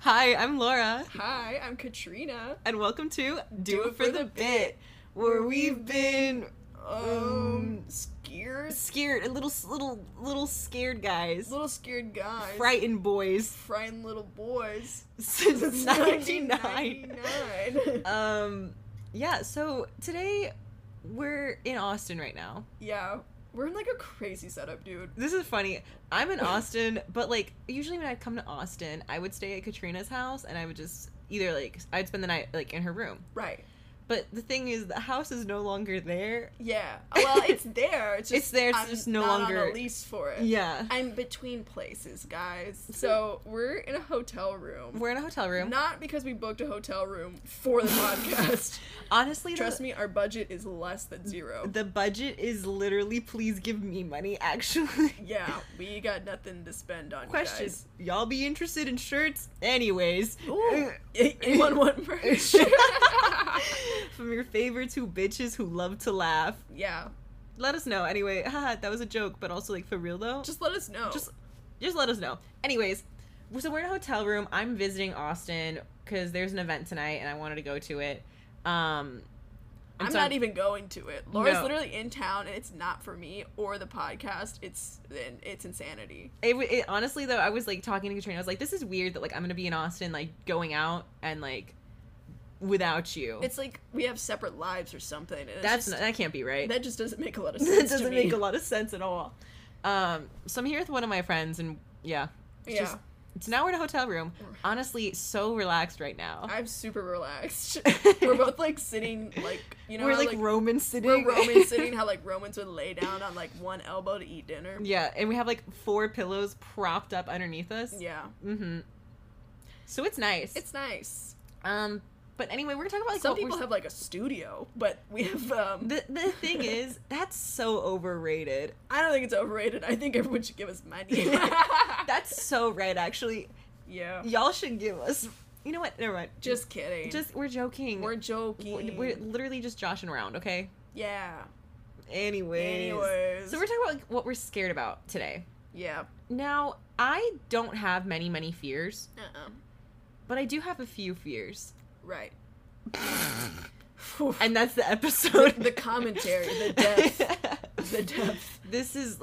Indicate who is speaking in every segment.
Speaker 1: Hi, I'm Laura,
Speaker 2: Hi, I'm Katrina.
Speaker 1: and welcome to Do, It For The Bit, where we've been
Speaker 2: Um, scared,
Speaker 1: scared, little, little, little scared guys,
Speaker 2: little scared guys,
Speaker 1: frightened boys
Speaker 2: frightened little boys.
Speaker 1: since
Speaker 2: Since
Speaker 1: 99.
Speaker 2: 1999.
Speaker 1: Um, yeah, so today we're in Austin right now.
Speaker 2: yeah, we're in like a crazy setup, dude.
Speaker 1: This is funny. I'm in Austin, but like usually when I'd come to Austin, I would stay at Katrina's house and I would just either like I'd spend the night like in her room.
Speaker 2: Right.
Speaker 1: But the thing is the house is no longer there.
Speaker 2: Yeah. Well, it's there. It's just
Speaker 1: It's there, it's
Speaker 2: I'm
Speaker 1: just no
Speaker 2: not
Speaker 1: longer-
Speaker 2: on a lease for it.
Speaker 1: Yeah.
Speaker 2: I'm between places, guys. So we're in a hotel room.
Speaker 1: We're in a hotel room.
Speaker 2: Not because we booked a hotel room for the podcast.
Speaker 1: Honestly,
Speaker 2: Trust
Speaker 1: the,
Speaker 2: me, our budget is less than zero.
Speaker 1: the budget is literally please give me money actually.
Speaker 2: Yeah, we got nothing to spend on
Speaker 1: Question.
Speaker 2: questions.
Speaker 1: Y'all be interested in shirts? Anyways.
Speaker 2: Ooh, anyone want merch?
Speaker 1: From your favorite two bitches who love to laugh.
Speaker 2: yeah,
Speaker 1: Let us know. Anyway, haha, that was a joke, but also like for real though.
Speaker 2: just let us know.
Speaker 1: just just let us know. Anyways, so we're in a hotel room. I'm visiting Austin because there's an event tonight, and I wanted to go to it. Um, and
Speaker 2: I'm
Speaker 1: so
Speaker 2: not even going to it. Laura's
Speaker 1: No.
Speaker 2: literally in town, and it's not for me or the podcast. It's and it's insanity.
Speaker 1: It, wa- it honestly though, I was like talking to Katrina. I was like, this is weird that like I'm gonna be in Austin, like going out and like without you.
Speaker 2: It's like we have separate lives or something. And it's
Speaker 1: Oh. that's
Speaker 2: just-
Speaker 1: not, that can't be right.
Speaker 2: that just doesn't make a lot of sense.
Speaker 1: That doesn't
Speaker 2: to me.
Speaker 1: make a lot of sense at all. Um, so I'm here with one of my friends, and yeah, it's
Speaker 2: Yeah,
Speaker 1: just so now we're in a hotel room. Honestly, so relaxed right now.
Speaker 2: I'm super relaxed. we're both like sitting like you know
Speaker 1: we're
Speaker 2: how,
Speaker 1: like, Roman sitting.
Speaker 2: we're Roman sitting. How like Romans would lay down on like one elbow to eat dinner.
Speaker 1: Yeah, and we have like four pillows propped up underneath us.
Speaker 2: Yeah,
Speaker 1: Mm-hmm. So it's nice.
Speaker 2: it's nice.
Speaker 1: um, but anyway, we're gonna talk about like
Speaker 2: Some
Speaker 1: what we're-
Speaker 2: people have like a studio, but we have. Um,
Speaker 1: the the thing is that's so overrated.
Speaker 2: I don't think it's overrated. I think everyone should give us money.
Speaker 1: That's so right, actually.
Speaker 2: yeah.
Speaker 1: Y'all should give us. You know what? Never mind.
Speaker 2: Just kidding.
Speaker 1: just we're joking.
Speaker 2: we're
Speaker 1: we're,
Speaker 2: joking.
Speaker 1: we're literally just joshing around, okay?
Speaker 2: yeah.
Speaker 1: Anyways.
Speaker 2: Anyways.
Speaker 1: So we're talking about like, what we're scared about today.
Speaker 2: yeah.
Speaker 1: Now, I don't have many many fears,
Speaker 2: Uh. uh
Speaker 1: but I do have a few fears.
Speaker 2: Right.
Speaker 1: And that's the episode.
Speaker 2: The- the commentary, the depth. The depth.
Speaker 1: This is.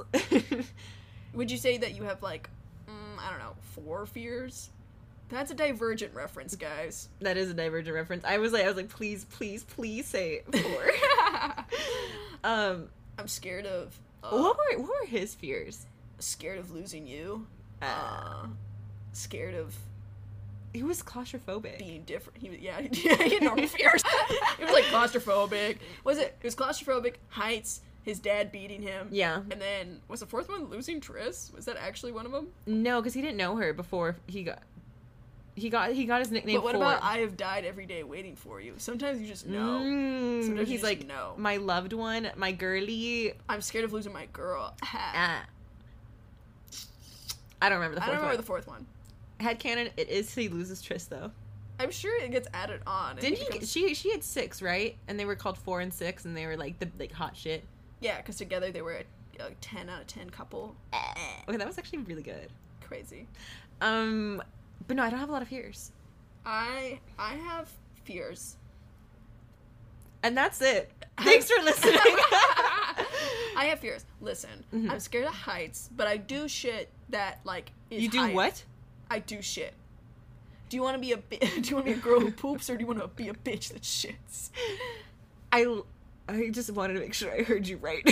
Speaker 2: Would you say that you have like, mm, I don't know, four fears? That's a divergent reference, guys.
Speaker 1: that is a Divergent reference. I was like, I was like, please, please, please say four. um,
Speaker 2: I'm scared of. Uh,
Speaker 1: what were what were his fears?
Speaker 2: Scared of losing you.
Speaker 1: Uh,
Speaker 2: Uh, scared of
Speaker 1: he was claustrophobic.
Speaker 2: being different. He was, yeah, he had normal fears. it was like claustrophobic. Was it? It was claustrophobic. Heights. His dad beating him.
Speaker 1: Yeah,
Speaker 2: And then was the fourth one losing Tris? Was that actually one of them?
Speaker 1: no, because he didn't know her before he got. He got he got his nickname.
Speaker 2: but what
Speaker 1: for-
Speaker 2: about I have died every day waiting for you? Sometimes you just know.
Speaker 1: Mm,
Speaker 2: Sometimes you
Speaker 1: he's
Speaker 2: just
Speaker 1: like
Speaker 2: know.
Speaker 1: my loved one, my girly.
Speaker 2: I'm scared of losing my girl. Ha.
Speaker 1: Ah. I don't remember the
Speaker 2: I
Speaker 1: fourth
Speaker 2: don't remember the
Speaker 1: one.
Speaker 2: fourth one.
Speaker 1: Head cannon. It is he loses Tris though.
Speaker 2: I'm sure it gets added on. and it
Speaker 1: Didn't he?
Speaker 2: becomes-
Speaker 1: She she had six right, and they were called four and six, and they were like the like hot shit.
Speaker 2: Yeah, because together they were a, a ten out of ten couple. Eh.
Speaker 1: Okay, that was actually really good.
Speaker 2: Crazy.
Speaker 1: Um, but no, I don't have a lot of fears,
Speaker 2: I I have fears.
Speaker 1: and that's it. Thanks for listening.
Speaker 2: I have fears. Listen,
Speaker 1: Mhm.
Speaker 2: I'm scared of heights, but I do shit that like is
Speaker 1: you do
Speaker 2: high.
Speaker 1: what?
Speaker 2: I do shit. Do you want to be a bi- do you want to be a girl who poops or do you want to be a bitch that shits?
Speaker 1: I I just wanted to make sure I heard you right.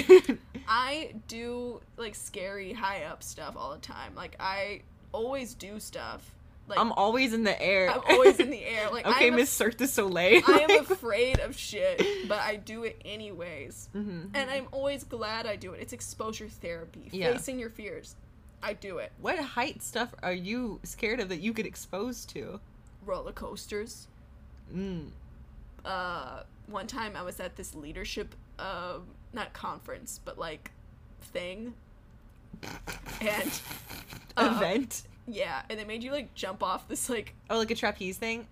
Speaker 2: I do like scary high up stuff all the time. Like I always do stuff. Like
Speaker 1: I'm
Speaker 2: I'm,
Speaker 1: always in the air.
Speaker 2: always in the air. Like
Speaker 1: okay,
Speaker 2: I'm
Speaker 1: Miss Cirque du Soleil.
Speaker 2: I am afraid of shit, but I do it anyways.
Speaker 1: mm-hmm.
Speaker 2: And I'm always glad I do it. It's exposure therapy,
Speaker 1: Yeah.
Speaker 2: facing your fears. I do it.
Speaker 1: What height stuff are you scared of that you get exposed to?
Speaker 2: Roller coasters.
Speaker 1: Mm.
Speaker 2: uh, one time I was at this leadership, um, not conference, but like thing. And Uh,
Speaker 1: Event
Speaker 2: yeah, and they made you like jump off this like
Speaker 1: or like a trapeze thing,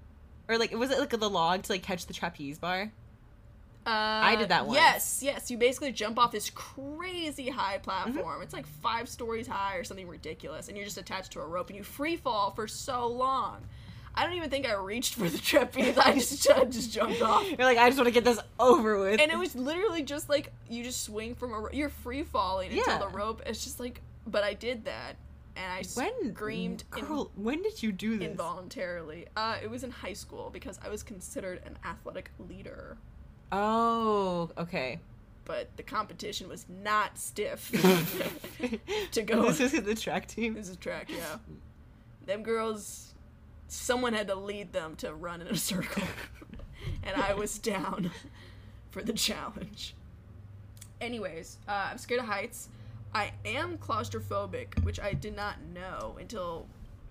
Speaker 1: or like was it like the log to like catch the trapeze bar?
Speaker 2: uh,
Speaker 1: I did that once.
Speaker 2: Yes, yes, you basically jump off this crazy high
Speaker 1: Mm-hmm.
Speaker 2: platform. It's like five stories high or something ridiculous, and you're just attached to a rope and you free fall for so long. I don't even think I reached for the trapeze. I just I just jumped off.
Speaker 1: You're like, I just want to get this over with.
Speaker 2: And it was literally just like you just swing from a ro- you're free falling
Speaker 1: Yeah.
Speaker 2: until the rope. It's just like, but I did that, and I
Speaker 1: when
Speaker 2: screamed in-
Speaker 1: girl, when did you do this?
Speaker 2: involuntarily. Uh, it was in high school because I was considered an athletic leader,
Speaker 1: Oh, okay.
Speaker 2: but the competition was not stiff. to go,
Speaker 1: this is the track team.
Speaker 2: this is track, yeah. Them girls, someone had to lead them to run in a circle, and I was down for the challenge. Anyways, uh, I'm scared of heights. I am claustrophobic, which I did not know until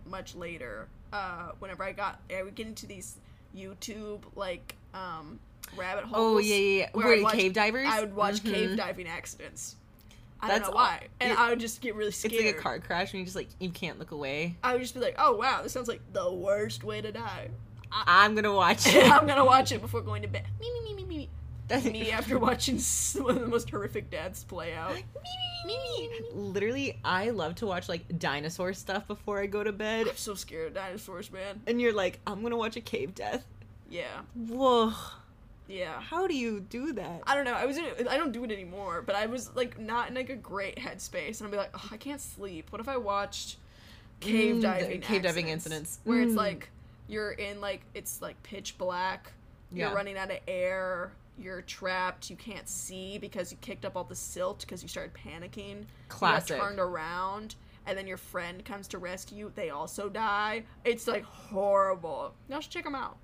Speaker 2: much later. Uh, whenever I got, I would get into these YouTube like um, rabbit holes.
Speaker 1: Oh yeah, yeah. yeah.
Speaker 2: where
Speaker 1: Were
Speaker 2: I'd
Speaker 1: you
Speaker 2: watch-
Speaker 1: cave divers?
Speaker 2: I would watch cave
Speaker 1: Mhm.
Speaker 2: diving accidents. I
Speaker 1: That's
Speaker 2: don't know
Speaker 1: aw-
Speaker 2: why, and
Speaker 1: it-
Speaker 2: I would just get really
Speaker 1: It's
Speaker 2: scared.
Speaker 1: like a car crash and you just like you can't look away.
Speaker 2: I would just be like, "Oh wow, this sounds like the worst way to die." Uh,
Speaker 1: I'm gonna watch it.
Speaker 2: I'm gonna watch it before going to bed. Me me me me me
Speaker 1: That's
Speaker 2: me. Me after watching s- one of the most horrific deaths play out.
Speaker 1: Literally, I love to watch like dinosaur stuff before I go to bed.
Speaker 2: I'm so scared of dinosaurs, man.
Speaker 1: And you're like, I'm gonna watch a cave death.
Speaker 2: Yeah,
Speaker 1: Whoa,
Speaker 2: yeah.
Speaker 1: how do you do that?
Speaker 2: I don't know. I was in. a- I don't do it anymore, but I was like not in like a great headspace, and I'd be like, oh, I can't sleep. What if I watched
Speaker 1: Mm,
Speaker 2: cave
Speaker 1: the
Speaker 2: diving
Speaker 1: cave diving incidents.
Speaker 2: incidents where it's
Speaker 1: Mm.
Speaker 2: like you're in like it's like pitch black,
Speaker 1: Yeah.
Speaker 2: you're running out of air, you're trapped, you can't see because you kicked up all the silt because you started panicking. You got
Speaker 1: Classic.
Speaker 2: turned around. And then your friend comes to rescue. you, They also die. It's like horrible. Y'all should check them out.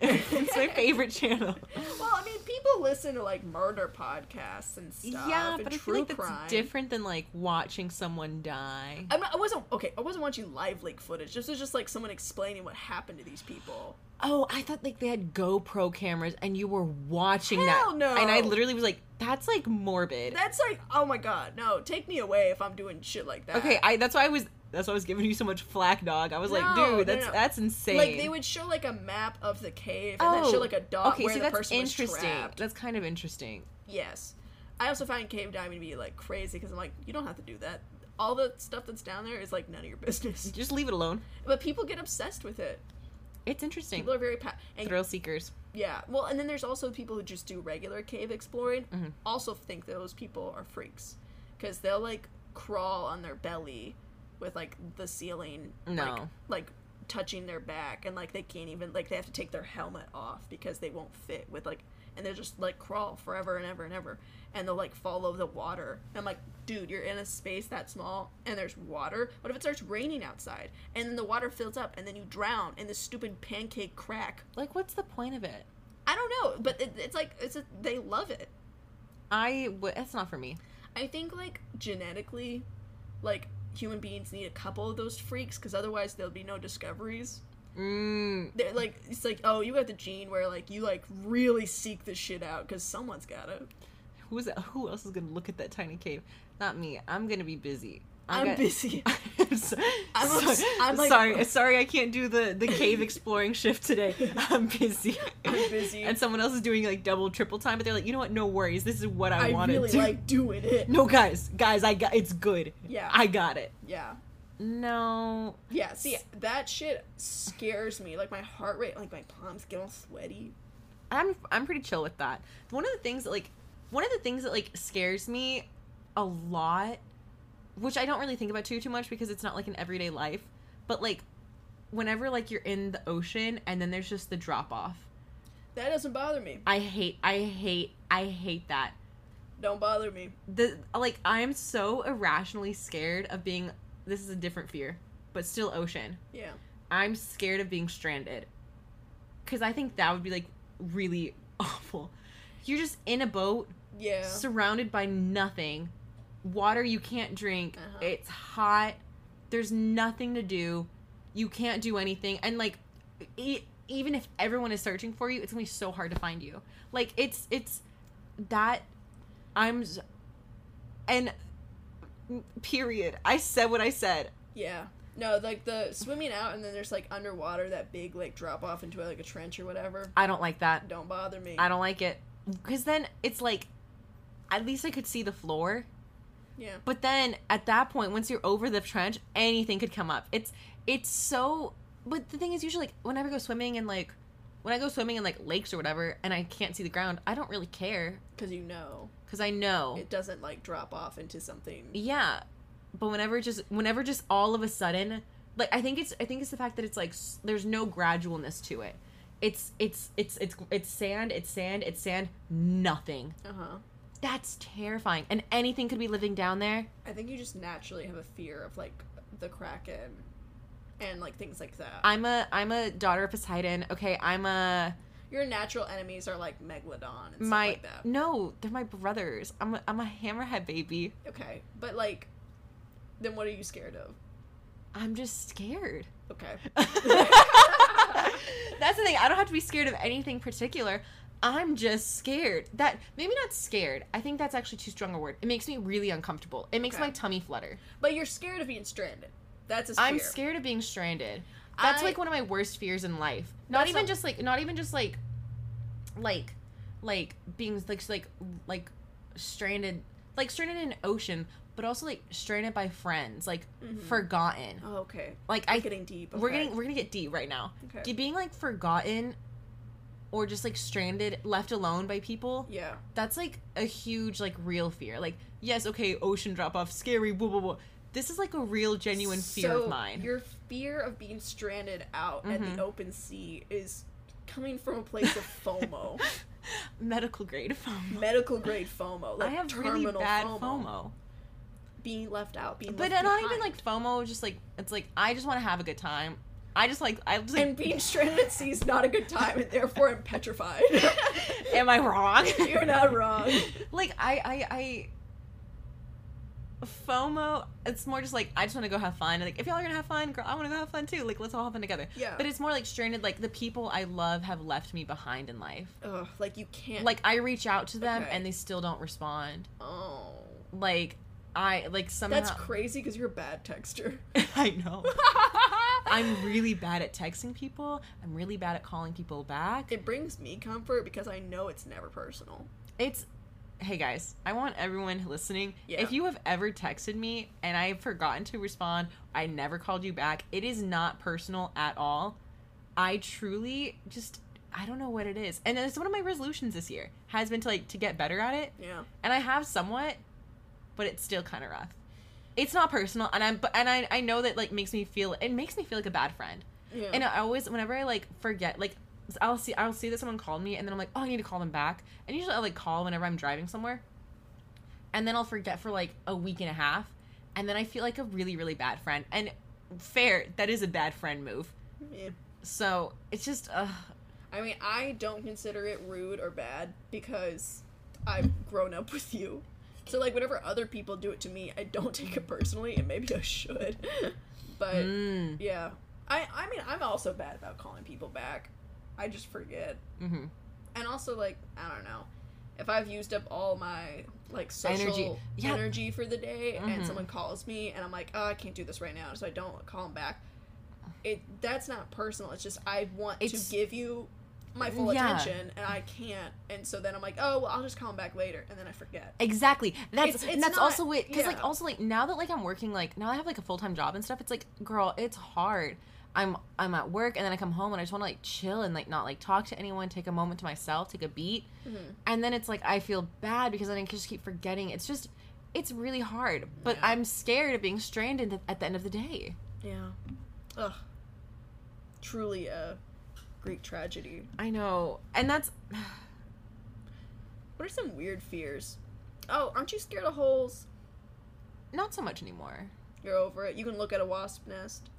Speaker 1: it's my favorite channel.
Speaker 2: Well, I mean, people listen to like murder podcasts and stuff.
Speaker 1: yeah,
Speaker 2: and
Speaker 1: but I feel
Speaker 2: true
Speaker 1: like that's
Speaker 2: crime.
Speaker 1: different than like watching someone die.
Speaker 2: I'm not, I wasn't okay. I wasn't watching live leak footage. This was just like someone explaining what happened to these people.
Speaker 1: Oh, I thought like they had GoPro cameras and you were watching
Speaker 2: Hell
Speaker 1: that.
Speaker 2: no.
Speaker 1: And I literally was like, that's like morbid.
Speaker 2: That's like, oh my god, no! Take me away if I'm doing shit like that.
Speaker 1: okay, I that's why I was that's why I was giving you so much flack, dog. I was like,
Speaker 2: No, no,
Speaker 1: dude, that's
Speaker 2: no.
Speaker 1: that's insane.
Speaker 2: Like they would show like a map of the cave and then show like a dot
Speaker 1: Oh, Okay,
Speaker 2: where
Speaker 1: see
Speaker 2: the
Speaker 1: that's
Speaker 2: person was
Speaker 1: interesting.
Speaker 2: trapped.
Speaker 1: That's kind of interesting.
Speaker 2: Yes, I also find cave diving to be like crazy because I'm like, you don't have to do that. All the stuff that's down there is like none of your business.
Speaker 1: Just leave it alone.
Speaker 2: But people get obsessed with it.
Speaker 1: It's interesting.
Speaker 2: People are very pa- and
Speaker 1: Thrill seekers.
Speaker 2: Yeah. Well, and then there's also people who just do regular cave exploring.
Speaker 1: Mhm.
Speaker 2: Also think those people are freaks because they'll like crawl on their belly with like the ceiling. Like,
Speaker 1: No.
Speaker 2: like touching their back and like they can't even like they have to take their helmet off because they won't fit with like and they just like crawl forever and ever and ever and they'll like follow the water and i'm like dude you're in a space that small and there's water what if it starts raining outside and then the water fills up and then you drown in this stupid pancake crack
Speaker 1: Like what's the point of it?
Speaker 2: I don't know, but it, it's like it's a, they love it.
Speaker 1: I w- that's not for me.
Speaker 2: I think like genetically, like human beings need a couple of those freaks because otherwise there'll be no discoveries.
Speaker 1: Mm,
Speaker 2: They're like it's like oh you got the gene where like you like really seek this shit out because someone's got it.
Speaker 1: who's who else is gonna look at that tiny cave? Not me. I'm gonna be busy.
Speaker 2: I'm
Speaker 1: gonna-
Speaker 2: busy.
Speaker 1: I'm, so,
Speaker 2: I'm
Speaker 1: sorry,
Speaker 2: obs- I'm like-
Speaker 1: sorry, sorry, I can't do the the cave exploring shift today. I'm busy.
Speaker 2: I'm busy.
Speaker 1: And someone else is doing like double, triple time, but they're like, you know what? No worries. This is what I,
Speaker 2: I,
Speaker 1: want
Speaker 2: really
Speaker 1: to do.
Speaker 2: like doing it.
Speaker 1: No, guys, guys, I got it's good.
Speaker 2: Yeah.
Speaker 1: I got it.
Speaker 2: Yeah.
Speaker 1: No,
Speaker 2: Yeah, see, that shit scares me. Like, my heart rate, like, my palms get all sweaty.
Speaker 1: I'm I'm pretty chill with that. One of the things that like one of the things that like scares me a lot, which I don't really think about too too much because it's not like an everyday life, but like whenever like you're in the ocean and then there's just the drop off.
Speaker 2: That doesn't bother me.
Speaker 1: I hate I hate I hate that.
Speaker 2: Don't bother me.
Speaker 1: The like I am so irrationally scared of being this is a different fear, but still ocean.
Speaker 2: Yeah.
Speaker 1: I'm scared of being stranded. Cause I think that would be like really awful. You're just in a boat
Speaker 2: Yeah.
Speaker 1: surrounded by nothing water you can't drink
Speaker 2: Uh-huh.
Speaker 1: it's hot there's nothing to do you can't do anything and like e- even if everyone is searching for you it's gonna be so hard to find you like it's it's that i'm s- and period i said what i said
Speaker 2: Yeah. No, like the swimming out and then there's like underwater that big like drop off into like a trench or whatever.
Speaker 1: i don't like that
Speaker 2: Don't bother me.
Speaker 1: i don't like it because then it's like at least i could see the floor
Speaker 2: yeah.
Speaker 1: But then at that point, once you're over the trench, anything could come up. It's it's so but the thing is, usually, like, whenever I go swimming and like, when I go swimming in like lakes or whatever, and I can't see the ground, I don't really care
Speaker 2: because you know
Speaker 1: because I know.
Speaker 2: it doesn't like drop off into something.
Speaker 1: yeah, but whenever it just whenever just all of a sudden, like I think it's I think it's the fact that it's like s- there's no gradualness to it. It's it's it's it's it's sand. It's sand. It's sand. Nothing.
Speaker 2: Uh huh.
Speaker 1: That's terrifying. And anything could be living down there.
Speaker 2: I think you just naturally have a fear of like the kraken and like things like that.
Speaker 1: I'm a I'm a daughter of Poseidon. Okay, I'm a
Speaker 2: Your natural enemies are like megalodon and
Speaker 1: my
Speaker 2: stuff like that.
Speaker 1: no, they're my brothers. I'm a, I'm a hammerhead baby.
Speaker 2: Okay, but like, then what are you scared of?
Speaker 1: I'm just scared.
Speaker 2: Okay,
Speaker 1: That's the thing. I don't have to be scared of anything particular. I'm just scared. That maybe not scared. I think that's actually too strong a word. It makes me really uncomfortable. It makes
Speaker 2: Okay.
Speaker 1: my tummy flutter.
Speaker 2: but you're scared of being stranded. That's a
Speaker 1: I'm
Speaker 2: fear.
Speaker 1: scared of being stranded. That's
Speaker 2: I-
Speaker 1: like one of my worst fears in life. Not
Speaker 2: That's
Speaker 1: even
Speaker 2: a-
Speaker 1: just like not even just like like like being like like like stranded like stranded in an ocean, but also like stranded by friends, like
Speaker 2: Mhm.
Speaker 1: forgotten.
Speaker 2: Oh, okay,
Speaker 1: Like
Speaker 2: I'm
Speaker 1: I
Speaker 2: getting deep.
Speaker 1: we're
Speaker 2: okay.
Speaker 1: getting we're gonna get deep right now.
Speaker 2: Okay.
Speaker 1: Get- Being like forgotten or just like stranded, left alone by people,
Speaker 2: Yeah.
Speaker 1: that's like a huge like real fear. Like, yes, okay, ocean drop off, scary, blah blah blah. This is like a real genuine fear
Speaker 2: So
Speaker 1: of mine.
Speaker 2: Your fear of being stranded out at
Speaker 1: Mhm.
Speaker 2: the open sea is coming from a place of FOMO,
Speaker 1: Medical grade FOMO.
Speaker 2: medical grade FOMO. Like
Speaker 1: I have
Speaker 2: terminal
Speaker 1: really bad
Speaker 2: FOMO.
Speaker 1: FOMO.
Speaker 2: Being left out, being
Speaker 1: But
Speaker 2: left
Speaker 1: not even
Speaker 2: behind.
Speaker 1: like FOMO, just like it's like I just want to have a good time. I just like I just like
Speaker 2: and being stranded at sea is not a good time, and therefore I'm petrified.
Speaker 1: Am I wrong?
Speaker 2: You're not wrong.
Speaker 1: like I I I FOMO. It's more just like I just want to go have fun. Like if y'all are gonna have fun, girl, I want to go have fun too. Like let's all have fun together.
Speaker 2: Yeah.
Speaker 1: But it's more like stranded. Like the people I love have left me behind in life.
Speaker 2: Ugh, like you can't.
Speaker 1: Like I reach out to them
Speaker 2: Okay.
Speaker 1: and they still don't respond.
Speaker 2: oh,
Speaker 1: Like I like somehow.
Speaker 2: that's crazy because you're a bad texter.
Speaker 1: I know. I'm really bad at texting people. I'm really bad at calling people back.
Speaker 2: It brings me comfort because I know it's never personal.
Speaker 1: It's hey guys, I want everyone listening.
Speaker 2: Yeah.
Speaker 1: If you have ever texted me and I've forgotten to respond, I never called you back. It is not personal at all. I truly just I don't know what it is. And it's one of my resolutions this year has been to like to get better at it.
Speaker 2: Yeah.
Speaker 1: And I have somewhat, but it's still kind of rough. It's not personal and I'm but and I I know that like makes me feel it makes me feel like a bad friend.
Speaker 2: Yeah.
Speaker 1: And uh, I always, whenever I like forget, like I'll see, I'll see that someone called me, and then I'm like, oh, I need to call them back. And usually I like call whenever I'm driving somewhere, and then I'll forget for like a week and a half, and then I feel like a really, really bad friend. And fair, that is a bad friend move.
Speaker 2: Yeah.
Speaker 1: So it's just, uh,
Speaker 2: I mean, I don't consider it rude or bad because I've grown up with you. So, like, whenever other people do it to me, I don't take it personally, and maybe I should. but,
Speaker 1: mm,
Speaker 2: yeah. I, I mean, I'm also bad about calling people back. I just forget.
Speaker 1: mhm.
Speaker 2: And also, like, I don't know. If I've used up all my, like, social energy,
Speaker 1: Energy. Yeah.
Speaker 2: for the day, and
Speaker 1: Mhm.
Speaker 2: someone calls me, and I'm like, oh, I can't do this right now, so I don't call them back. It That's not personal. It's just I want
Speaker 1: It's-
Speaker 2: to give you my full
Speaker 1: Yeah.
Speaker 2: attention, and I can't. And so then I'm like, oh, well, I'll just call them back later, and then I forget.
Speaker 1: Exactly. That's
Speaker 2: It's- it's
Speaker 1: and that's
Speaker 2: not-
Speaker 1: also it. Because
Speaker 2: yeah.
Speaker 1: like also like now that like I'm working like now I have like a full time job and stuff. It's like girl, it's hard. I'm I'm at work and then I come home and I just want to like chill and like not like talk to anyone, take a moment to myself, take a beat,
Speaker 2: Mhm.
Speaker 1: and then it's like I feel bad because then I just keep forgetting. It's just it's really hard. But
Speaker 2: Yeah.
Speaker 1: I'm scared of being stranded at the end of the day.
Speaker 2: Yeah. Ugh. Truly a Greek tragedy.
Speaker 1: I know, and that's
Speaker 2: What are some weird fears? Oh, aren't you scared of holes?
Speaker 1: not so much anymore.
Speaker 2: You're over it. You can look at a wasp nest.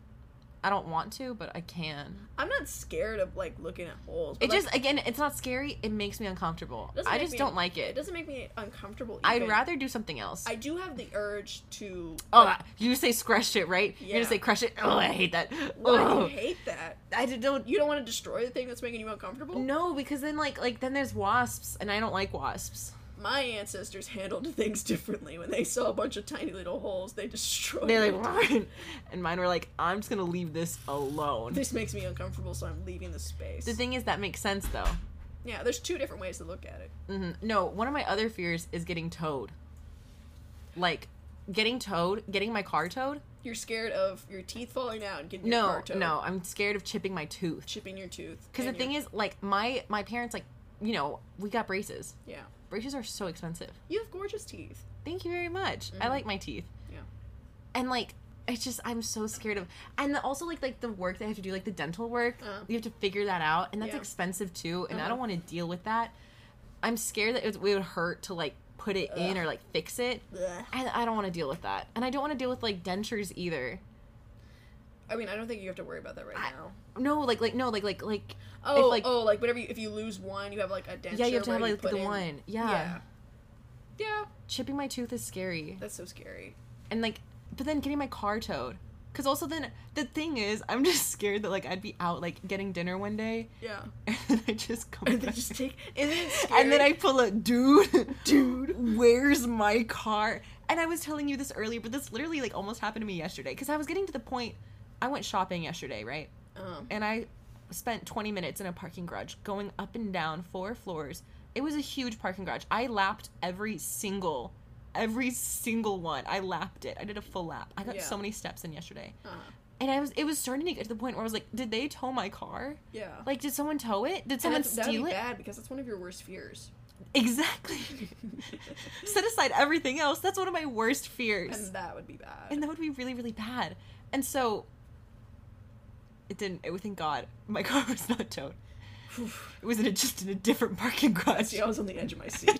Speaker 1: I don't want to, but I can.
Speaker 2: I'm not scared of like looking at holes. but,
Speaker 1: It
Speaker 2: like,
Speaker 1: just again, it's not scary. It makes me uncomfortable.
Speaker 2: doesn't
Speaker 1: I
Speaker 2: make
Speaker 1: just
Speaker 2: me-
Speaker 1: don't like
Speaker 2: it
Speaker 1: it.
Speaker 2: doesn't make me uncomfortable.
Speaker 1: I'd
Speaker 2: even.
Speaker 1: rather do something else.
Speaker 2: I do have the urge to.
Speaker 1: Oh,
Speaker 2: like,
Speaker 1: you say scratch it, right? You're
Speaker 2: Yeah.
Speaker 1: gonna say crush it. Oh, I hate that.
Speaker 2: why do you
Speaker 1: Ugh.
Speaker 2: hate that?
Speaker 1: oh. I d- don't.
Speaker 2: You don't want to destroy the thing that's making you uncomfortable.
Speaker 1: No, because then like like then there's wasps, and I don't like wasps.
Speaker 2: My ancestors handled things differently when they saw a bunch of tiny little holes. They destroyed.
Speaker 1: They
Speaker 2: it.
Speaker 1: like "Run." and mine were like, I'm just gonna leave this alone.
Speaker 2: This makes me uncomfortable, so I'm leaving the space.
Speaker 1: The thing is, that makes sense though.
Speaker 2: yeah, there's two different ways to look at it.
Speaker 1: hmm No, one of my other fears is getting towed. Like, getting towed, getting my car towed.
Speaker 2: You're scared of your teeth falling out and getting your
Speaker 1: No,
Speaker 2: car towed,
Speaker 1: no, I'm scared of chipping my tooth.
Speaker 2: chipping your tooth.
Speaker 1: Because the
Speaker 2: and your-
Speaker 1: thing is, like my my parents, like you know, we got braces.
Speaker 2: yeah,
Speaker 1: Braces are so expensive.
Speaker 2: you have gorgeous teeth.
Speaker 1: Thank you very much.
Speaker 2: Mm-hmm.
Speaker 1: I like my teeth.
Speaker 2: Yeah.
Speaker 1: And like, it's just I'm so scared of, and the, also like like the work that I have to do, like the dental work,
Speaker 2: Uh.
Speaker 1: you have to figure that out, and that's
Speaker 2: Yeah.
Speaker 1: expensive too. And I don't
Speaker 2: Uh-huh.
Speaker 1: want to deal with that. I'm scared that it, would- it would hurt to like put it in
Speaker 2: Ugh.
Speaker 1: or like fix it.
Speaker 2: Blech.
Speaker 1: I, I don't want to deal with that, and I don't want to deal with like dentures either.
Speaker 2: I mean, I don't think you have to worry about that right
Speaker 1: I-
Speaker 2: now.
Speaker 1: No, like like no, like like like
Speaker 2: Oh,
Speaker 1: like-
Speaker 2: oh, like whatever. You, if you lose one, you have like a denture.
Speaker 1: yeah, you have to
Speaker 2: where
Speaker 1: have like
Speaker 2: put
Speaker 1: the
Speaker 2: in-
Speaker 1: one. yeah,
Speaker 2: Yeah. Yeah,
Speaker 1: chipping my tooth is scary.
Speaker 2: that's so scary.
Speaker 1: and like but then getting my car towed because also then the thing is i'm just scared that like i'd be out like getting dinner one day
Speaker 2: Yeah.
Speaker 1: and then i just come
Speaker 2: And they
Speaker 1: back.
Speaker 2: just take. Isn't it scary?
Speaker 1: and then i pull up dude dude where's my car and i was telling you this earlier but this literally like almost happened to me yesterday because i was getting to the point i went shopping yesterday right
Speaker 2: Um,
Speaker 1: and i spent 20 minutes in a parking garage going up and down four floors it was a huge parking garage i lapped every single every single one i lapped it i did a full lap i got
Speaker 2: Yeah.
Speaker 1: so many steps in yesterday
Speaker 2: uh,
Speaker 1: and i was it was starting to get to the point where i was like did they tow my car
Speaker 2: yeah.
Speaker 1: like did someone tow it did
Speaker 2: And
Speaker 1: someone
Speaker 2: that's- that'd
Speaker 1: steal
Speaker 2: be
Speaker 1: it
Speaker 2: bad because that's one of your worst fears.
Speaker 1: exactly set aside everything else that's one of my worst fears
Speaker 2: and that would be bad.
Speaker 1: and that would be really really bad and so it didn't it thank god my car was not towed it was in a, just in a different parking garage
Speaker 2: See, I was on the edge of my seat.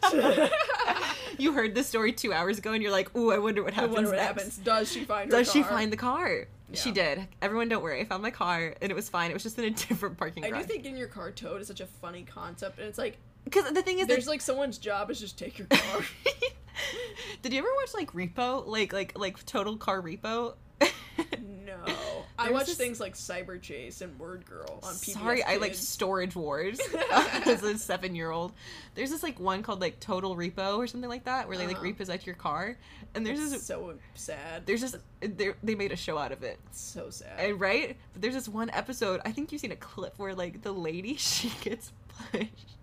Speaker 1: you heard this story two hours ago and you're like ooh i wonder what
Speaker 2: I
Speaker 1: happens
Speaker 2: wonder what
Speaker 1: next.
Speaker 2: happens. Does she find her
Speaker 1: does she
Speaker 2: car?
Speaker 1: find the car she
Speaker 2: Yeah.
Speaker 1: did everyone don't worry i found my car and it was fine it was just in a different parking
Speaker 2: I do
Speaker 1: garage
Speaker 2: think getting your car towed is such a funny concept, and it's like
Speaker 1: because the thing is
Speaker 2: there's
Speaker 1: there's
Speaker 2: like someone's job is just take your car.
Speaker 1: did you ever watch like repo like like like total car repo
Speaker 2: no, I
Speaker 1: There's
Speaker 2: watch
Speaker 1: this-
Speaker 2: things like Cyber Chase and Word Girl on PBS.
Speaker 1: Sorry, I like
Speaker 2: Kids.
Speaker 1: storage wars as a seven year old. There's this like one called like Total Repo or something like that, where they like
Speaker 2: Uh-huh.
Speaker 1: repossess your car, and there's
Speaker 2: It's
Speaker 1: this
Speaker 2: so sad.
Speaker 1: there's this there- they made a show out of it,
Speaker 2: It's so sad.
Speaker 1: and right? But there's this one episode. I think you've seen a clip where like the lady she gets pushed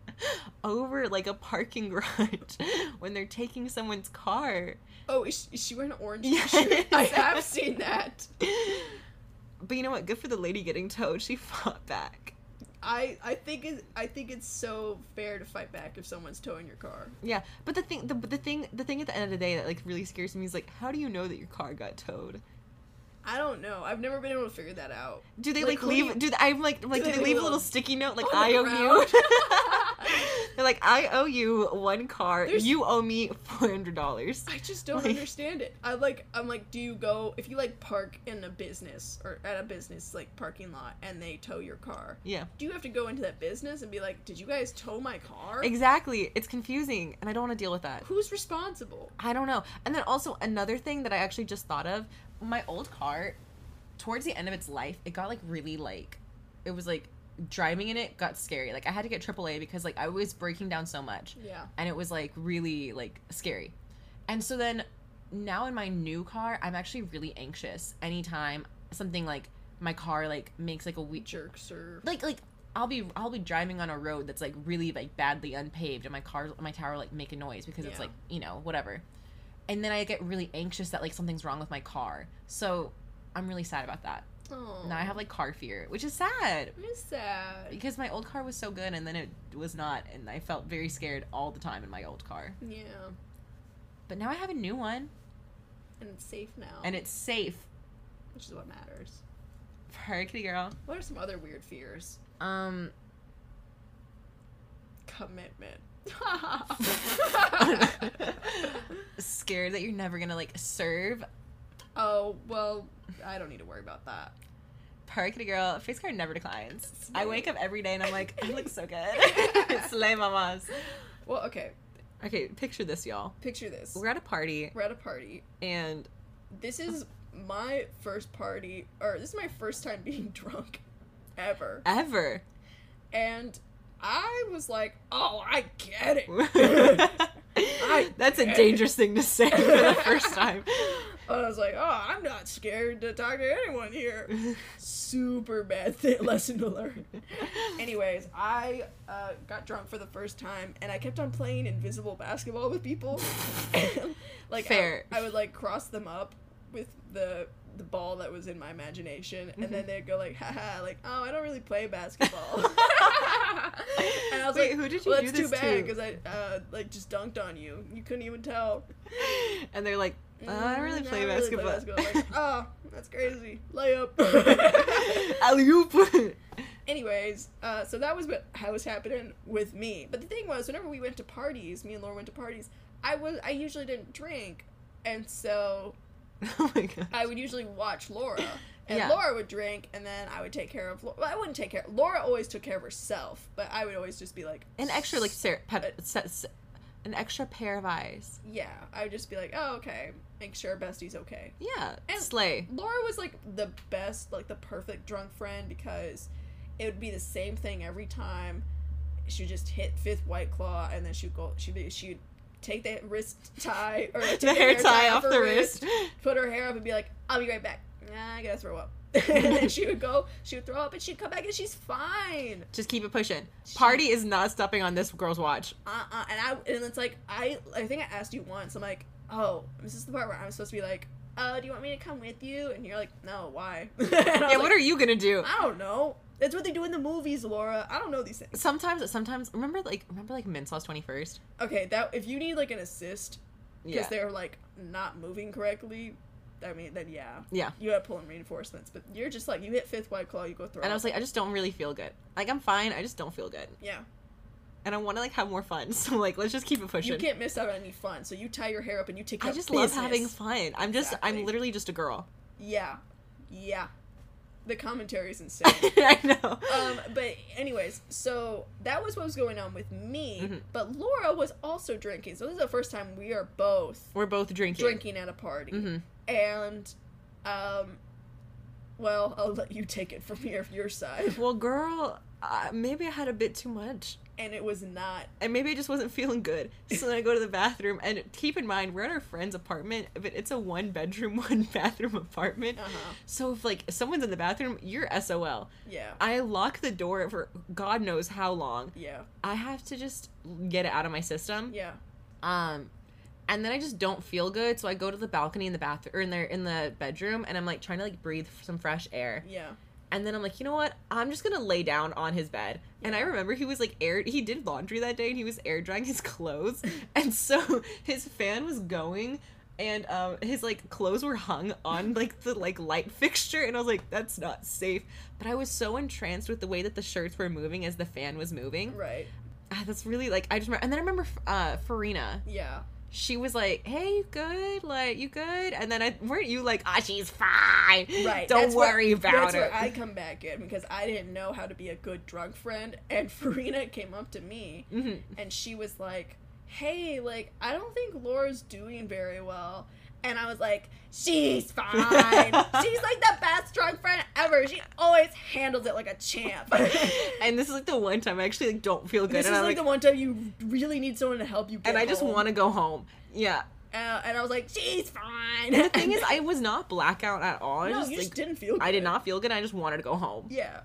Speaker 1: over like a parking garage when they're taking someone's car.
Speaker 2: oh, is she, is she wearing an orange
Speaker 1: Yes.
Speaker 2: shirt? I have seen that.
Speaker 1: But you know what? Good for the lady getting towed. She fought back.
Speaker 2: I I think it, I think it's so fair to fight back if someone's towing your car.
Speaker 1: Yeah, but the thing, the, but the thing, the thing at the end of the day that like really scares me is like, how do you know that your car got towed?
Speaker 2: I don't know. I've never been able to figure that out.
Speaker 1: Do they like,
Speaker 2: Like,
Speaker 1: leave?
Speaker 2: wait.
Speaker 1: Do they, I'm like, I'm like, do, they, leave a little sticky note like
Speaker 2: on the
Speaker 1: I owe you?
Speaker 2: ground?
Speaker 1: They're like, I owe you one car.
Speaker 2: There's-
Speaker 1: You owe me four hundred dollars.
Speaker 2: I just don't
Speaker 1: Like-
Speaker 2: understand it. I like I'm like, do you go if you like park in a business or at a business like parking lot and they tow your car?
Speaker 1: Yeah,
Speaker 2: Do you have to go into that business and be like, did you guys tow my car?
Speaker 1: exactly. It's confusing, and I don't want to deal with that.
Speaker 2: Who's responsible?
Speaker 1: I don't know. And then also another thing that I actually just thought of, my old car, towards the end of its life, it got like really like it was like driving in it got scary. Like I had to get AAA because like I was breaking down so much.
Speaker 2: Yeah.
Speaker 1: And it was like really like scary. And so then now in my new car, I'm actually really anxious anytime something like my car like makes like a weird
Speaker 2: Jerks or
Speaker 1: like like I'll be I'll be driving on a road that's like really like badly unpaved and my car my tower like make a noise because it's
Speaker 2: Yeah.
Speaker 1: like, you know, whatever. And then I get really anxious that like something's wrong with my car. So I'm really sad about that.
Speaker 2: oh,
Speaker 1: Now I have like car fear, which is sad
Speaker 2: miss that.
Speaker 1: because my old car was so good and then it was not and I felt very scared all the time in my old car.
Speaker 2: Yeah.
Speaker 1: But now I have a new one
Speaker 2: And it's safe now.
Speaker 1: and it's safe
Speaker 2: which is what matters.
Speaker 1: for a kitty girl.
Speaker 2: What are some other weird fears?
Speaker 1: Um
Speaker 2: Commitment.
Speaker 1: scared that you're never going to like serve
Speaker 2: oh, well, I don't need to worry about that.
Speaker 1: Park the girl, face card never declines.
Speaker 2: Slay.
Speaker 1: I wake up every day and I'm like, I look so good. Slay mamas.
Speaker 2: Well, okay,
Speaker 1: Okay, picture this, y'all.
Speaker 2: picture this.
Speaker 1: We're at a party
Speaker 2: We're at a party.
Speaker 1: and
Speaker 2: This is my first party, or this is my first time being drunk ever.
Speaker 1: ever.
Speaker 2: And I was like, oh, I get it. I-
Speaker 1: That's a dangerous thing to say for the first time.
Speaker 2: I was like, oh, I'm not scared to talk to anyone here. Super bad th- lesson to learn. Anyways, I uh, got drunk for the first time, and I kept on playing invisible basketball with people. like, I-
Speaker 1: Fair.
Speaker 2: I, would like cross them up with the the ball that was in my imagination, and
Speaker 1: Mm-hmm.
Speaker 2: then they'd go like, haha, like, oh, I don't really play basketball. and I was
Speaker 1: Wait,
Speaker 2: like,
Speaker 1: who did you
Speaker 2: well,
Speaker 1: do
Speaker 2: that's too
Speaker 1: this
Speaker 2: bad
Speaker 1: to?
Speaker 2: because I uh, like just dunked on you. You couldn't even tell.
Speaker 1: and they're like, "Uh, I don't really
Speaker 2: Mm,
Speaker 1: play
Speaker 2: don't
Speaker 1: basketball.
Speaker 2: basketball. Like, oh, that's crazy. Layup.
Speaker 1: Alley oop.
Speaker 2: Anyways, uh, so that was what how was happening with me. But the thing was, whenever we went to parties, me and Laura went to parties. I was I usually didn't drink, and so
Speaker 1: oh my god.
Speaker 2: I would usually watch Laura, and
Speaker 1: Yeah.
Speaker 2: Laura would drink, and then I would take care of. Laura. Well, I wouldn't take care. Laura always took care of herself, but I would always just be like
Speaker 1: An extra like ser- pep- se- se- an extra pair of eyes.
Speaker 2: Yeah, I would just be like, oh okay, make sure bestie's okay.
Speaker 1: Yeah.
Speaker 2: And-
Speaker 1: Slay.
Speaker 2: Laura was like the best, like the perfect drunk friend because it would be the same thing every time. She would just hit fifth white claw, and then she'd go. She'd be, she'd take the wrist tie or take
Speaker 1: The hair tie off
Speaker 2: her
Speaker 1: the wrist.
Speaker 2: put her hair up, and be like, "I'll be right back. Nah, I gotta throw up." and then she would go. She would throw up, and she'd come back, and she's fine.
Speaker 1: Just keep it pushing. Party is not stopping on this girl's watch.
Speaker 2: uh uh and I and it's like I I think I asked you once. I'm like, oh, this is the part where I'm supposed to be like, uh, do you want me to come with you? And you're like, no, why? And I was
Speaker 1: Yeah,
Speaker 2: like,
Speaker 1: what are you gonna do?
Speaker 2: I don't know. That's what they do in the movies, Laura. I don't know these things.
Speaker 1: Sometimes, sometimes remember like remember like Mint Sauce Twenty First.
Speaker 2: Okay, that if you need like an assist because
Speaker 1: Yeah,
Speaker 2: they're like not moving correctly, I mean, then yeah,
Speaker 1: yeah.
Speaker 2: you gotta pull in reinforcements. But you're just like you hit fifth white claw, you go throw.
Speaker 1: And I
Speaker 2: up.
Speaker 1: was like, I just don't really feel good. Like I'm fine, I just don't feel good,
Speaker 2: yeah,
Speaker 1: and I want to like have more fun. So like, let's just keep it
Speaker 2: you
Speaker 1: pushing.
Speaker 2: can't miss out on any fun. So you tie your hair up and you take.
Speaker 1: I
Speaker 2: care
Speaker 1: just
Speaker 2: of
Speaker 1: love
Speaker 2: business.
Speaker 1: having fun. I'm just
Speaker 2: Exactly.
Speaker 1: I'm literally just a girl.
Speaker 2: Yeah, yeah. The commentary is insane.
Speaker 1: I know.
Speaker 2: um, but anyways, so that was what was going on with me.
Speaker 1: Mhm.
Speaker 2: But Laura was also drinking, so this is the first time we are both
Speaker 1: We're both drinking.
Speaker 2: drinking at a party.
Speaker 1: hmm
Speaker 2: And, um, well, I'll let you take it from here, your side.
Speaker 1: Well, girl, uh, maybe I had a bit too much,
Speaker 2: And it was not.
Speaker 1: and maybe I just wasn't feeling good. So then I go to the bathroom, and keep in mind we're at our friend's apartment, but it's a one bedroom, one bathroom apartment.
Speaker 2: Uh huh.
Speaker 1: So if like someone's in the bathroom, you're SOL.
Speaker 2: Yeah.
Speaker 1: I lock the door for God knows how long.
Speaker 2: Yeah.
Speaker 1: I have to just get it out of my system.
Speaker 2: Yeah.
Speaker 1: Um and then I just don't feel good, so I go to the balcony in the bathroom or in their in the bedroom and I'm like trying to like breathe some fresh air.
Speaker 2: Yeah.
Speaker 1: And then I'm like, you know what? I'm just gonna lay down on his bed. And I
Speaker 2: Yeah.
Speaker 1: remember he was like air he did laundry that day and he was air drying his clothes. and so his fan was going and um his like clothes were hung on like the like light fixture and I was like, that's not safe. But I was so entranced with the way that the shirts were moving as the fan was moving.
Speaker 2: Right.
Speaker 1: Ah, that's really like I just remember and then I remember uh Farina
Speaker 2: Yeah.
Speaker 1: she was like, "Hey, you good? Like, you good?" And then I weren't you like, "Ah, she's fine.
Speaker 2: Right.
Speaker 1: Don't
Speaker 2: That's where-
Speaker 1: worry about
Speaker 2: That's
Speaker 1: it."
Speaker 2: where I come back in because I didn't know how to be a good drunk friend, and Farina came up to me
Speaker 1: Mhm.
Speaker 2: and she was like, "Hey, like I don't think Laura's doing very well." And I was like, "She's fine. She's like the best drunk friend ever. She always handles it like a champ." this
Speaker 1: And this is like the one time I actually like don't feel good,
Speaker 2: is
Speaker 1: and
Speaker 2: like,
Speaker 1: I'm like,
Speaker 2: the one time you really need someone to help you. Get
Speaker 1: and I just
Speaker 2: home.
Speaker 1: want to go home. Yeah.
Speaker 2: Uh, and I was like, "She's fine."
Speaker 1: The thing is, I was not blackout at all. I
Speaker 2: no,
Speaker 1: just,
Speaker 2: you just
Speaker 1: like,
Speaker 2: didn't feel. Good.
Speaker 1: I did not feel good. I just wanted to go home.
Speaker 2: Yeah,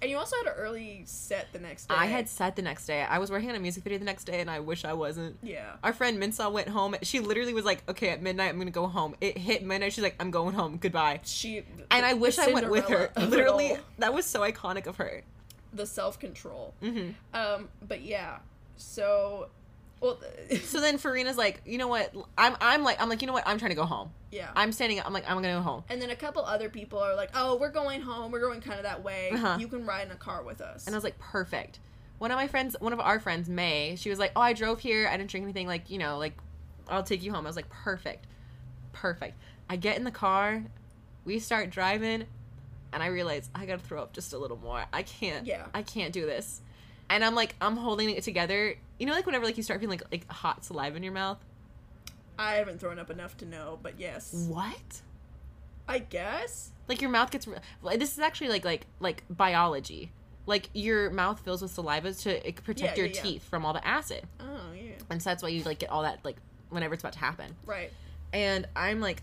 Speaker 2: and you also had an early set the next day.
Speaker 1: I had set the next day. I was working on a music video the next day, and I wish I wasn't.
Speaker 2: Yeah.
Speaker 1: Our friend Minsaw went home. She literally was like, "Okay, at midnight, I'm gonna go home." It hit midnight. She's like, "I'm going home. Goodbye."
Speaker 2: She
Speaker 1: And I wish I went with her. Literally,
Speaker 2: Literally,
Speaker 1: that was so iconic of her.
Speaker 2: the self control.
Speaker 1: hmm
Speaker 2: Um, but yeah, so well, th-
Speaker 1: So then Farina's like, you know what? I'm I'm like I'm like, you know what? I'm trying to go home.
Speaker 2: yeah.
Speaker 1: I'm standing up. I'm like, I'm gonna go home.
Speaker 2: and then a couple other people are like, "Oh, we're going home. We're going kind of that way.
Speaker 1: Uh-huh.
Speaker 2: You can ride in a car with us."
Speaker 1: And I was like, perfect. One of my friends, one of our friends, May, she was like, oh, I drove here. I didn't drink anything. Like, you know, like I'll take you home. I was like, perfect, perfect. I get in the car, we start driving, and I realize I gotta throw up just a little more. I can't.
Speaker 2: Yeah.
Speaker 1: I can't do this. And I'm like, I'm holding it together. You know, like whenever like you start feeling like like hot saliva in your mouth.
Speaker 2: I haven't thrown up enough to know, but yes,
Speaker 1: What?
Speaker 2: I guess.
Speaker 1: like your mouth gets re- like, this is actually like like like biology like your mouth fills with saliva to like, protect
Speaker 2: Yeah,
Speaker 1: your
Speaker 2: yeah, yeah.
Speaker 1: teeth from all the acid
Speaker 2: Oh yeah,
Speaker 1: and so that's why you like get all that like whenever it's about to happen
Speaker 2: right.
Speaker 1: and i'm like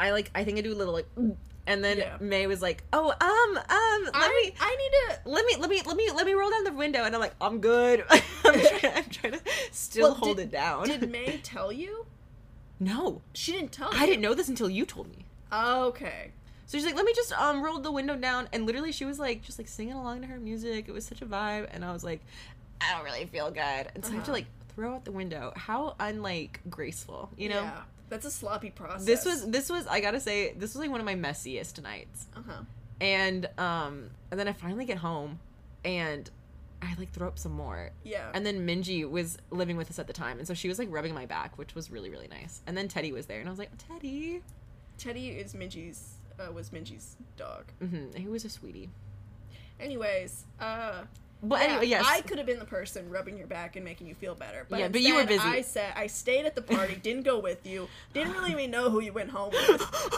Speaker 1: i like i think i do a little like "Mm," and then
Speaker 2: Yeah.
Speaker 1: may was like oh um um let
Speaker 2: I
Speaker 1: me
Speaker 2: I need to.
Speaker 1: let me let me let me let me roll down the window and i'm like i'm good I'm, trying, I'm trying to still
Speaker 2: Well,
Speaker 1: hold
Speaker 2: did-
Speaker 1: it down
Speaker 2: Did May tell you?
Speaker 1: no
Speaker 2: She didn't tell.
Speaker 1: i didn't know this until you told me
Speaker 2: Okay.
Speaker 1: So she's like, let me just um roll the window down, and literally she was like just like singing along to her music. It was such a vibe, and I was like, I don't really feel good, and so I have to
Speaker 2: Uh-huh.
Speaker 1: like throw out the window. How unlike graceful, you know?
Speaker 2: Yeah. That's a sloppy process.
Speaker 1: This was this was I gotta say this was like one of my messiest nights,
Speaker 2: Uh huh.
Speaker 1: and um and then I finally get home, and I like throw up some more,
Speaker 2: Yeah.
Speaker 1: and then Minji was living with us at the time, and so she was like rubbing my back, which was really really nice. And then Teddy was there, and I was like, Teddy,
Speaker 2: Teddy is Minji's. Uh, was Minji's dog.
Speaker 1: mm-hmm. he was a sweetie.
Speaker 2: Anyways, uh.
Speaker 1: But
Speaker 2: yeah,
Speaker 1: anyway, yes,
Speaker 2: I could have been the person rubbing your back and making you feel better. But
Speaker 1: Yeah, but you were
Speaker 2: instead,
Speaker 1: busy.
Speaker 2: I said I stayed at the party, didn't go with you, didn't really even know who you went home with.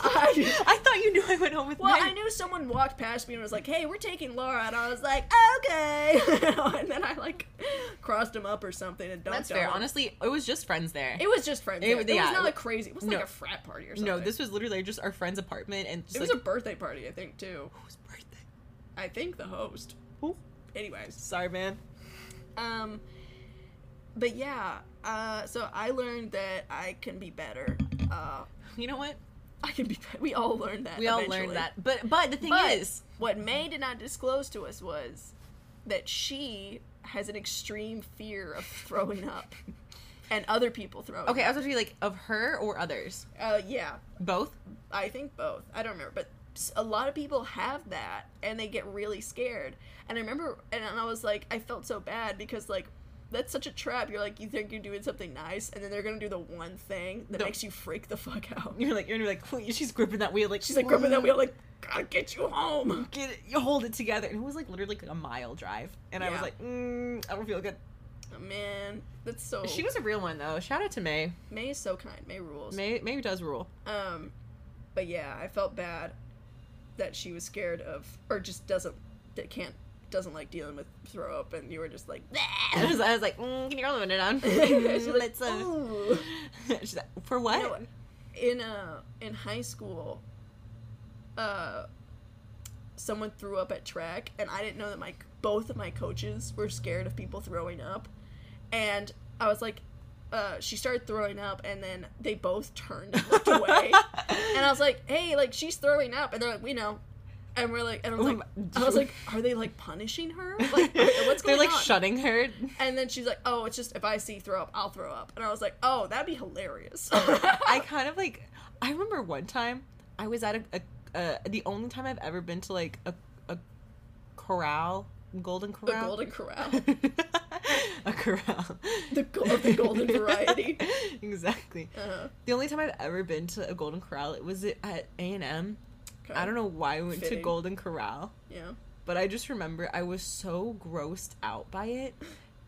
Speaker 2: I,
Speaker 1: I thought you knew I went home with
Speaker 2: well,
Speaker 1: Meg.
Speaker 2: I knew someone walked past me and was like, "Hey, we're taking Laura," and I was like, "Okay," and then I like crossed him up or something and dunked
Speaker 1: That's
Speaker 2: on
Speaker 1: fair.
Speaker 2: him.
Speaker 1: Honestly, it was just friends there.
Speaker 2: It was just friends.
Speaker 1: It
Speaker 2: It,
Speaker 1: was-
Speaker 2: it
Speaker 1: yeah,
Speaker 2: was not
Speaker 1: it-
Speaker 2: like crazy. It wasn't
Speaker 1: no.
Speaker 2: like a frat party or something.
Speaker 1: no, this was literally just our friend's apartment and just
Speaker 2: It was
Speaker 1: like
Speaker 2: a birthday party, I think, too.
Speaker 1: whose birthday?
Speaker 2: I think the host.
Speaker 1: Who?
Speaker 2: Anyways,
Speaker 1: Sorry, man.
Speaker 2: Um, but yeah, uh, so I learned that I can be better. Uh,
Speaker 1: You know what?
Speaker 2: I can be better. We all learned that.
Speaker 1: We all
Speaker 2: eventually.
Speaker 1: learned that. But but the thing
Speaker 2: But
Speaker 1: is,
Speaker 2: what May did not disclose to us was that she has an extreme fear of throwing up and other people throwing.
Speaker 1: okay, I
Speaker 2: Up.
Speaker 1: was about to be like of her or others,
Speaker 2: Uh, yeah,
Speaker 1: both.
Speaker 2: I think both. I don't remember, but s- a lot of people have that and they get really scared. And I remember, and and I was like, I felt so bad because like. That's such a trap. You're like, you think you're doing something nice, and then they're gonna do the one thing that
Speaker 1: The-
Speaker 2: makes you freak the fuck out.
Speaker 1: You're like you're like "Wait," she's gripping that wheel like
Speaker 2: She's like gripping that wheel, like, gotta get you home.
Speaker 1: Get it, you hold it together, and it was like literally like a mile drive, and I was
Speaker 2: Yeah.
Speaker 1: like, mm, I don't feel good.
Speaker 2: Oh, Man, that's so.
Speaker 1: She was a real one though. Shout out to May.
Speaker 2: May is so kind. May rules.
Speaker 1: May May does rule.
Speaker 2: Um, but yeah, I felt bad that she was scared of, or just doesn't, that can't, doesn't like dealing with throw up, and you were just like,
Speaker 1: I was, I was like, mm, can you roll the window down?
Speaker 2: She's like,
Speaker 1: Let's, uh,
Speaker 2: "Ooh."
Speaker 1: She's like, for what?
Speaker 2: You know, in uh in high school, uh, someone threw up at track, and I didn't know that my both of my coaches were scared of people throwing up, and I was like, uh, she started throwing up, and then they both turned and looked away, and I was like, hey, like she's throwing up, and they're like, we know. And we're like,
Speaker 1: Oh
Speaker 2: and I was like, I was like, are they like punishing her? Like, what's
Speaker 1: They're
Speaker 2: going
Speaker 1: like
Speaker 2: on?
Speaker 1: shutting her.
Speaker 2: And then she's like, "Oh, it's just if I see throw up, I'll throw up." And I was like, "Oh, that'd be hilarious."
Speaker 1: Oh, I kind of like. I remember one time I was at a, a, uh the only time I've ever been to like a a corral, golden
Speaker 2: the
Speaker 1: corral,
Speaker 2: golden corral,
Speaker 1: a corral,
Speaker 2: the go- of the golden variety.
Speaker 1: exactly.
Speaker 2: Uh,
Speaker 1: The only time I've ever been to a golden corral it was at A and M.
Speaker 2: okay.
Speaker 1: I don't know why I went to
Speaker 2: Oh, Fitting.
Speaker 1: golden corral.
Speaker 2: Yeah.
Speaker 1: but I just remember I was so grossed out by it.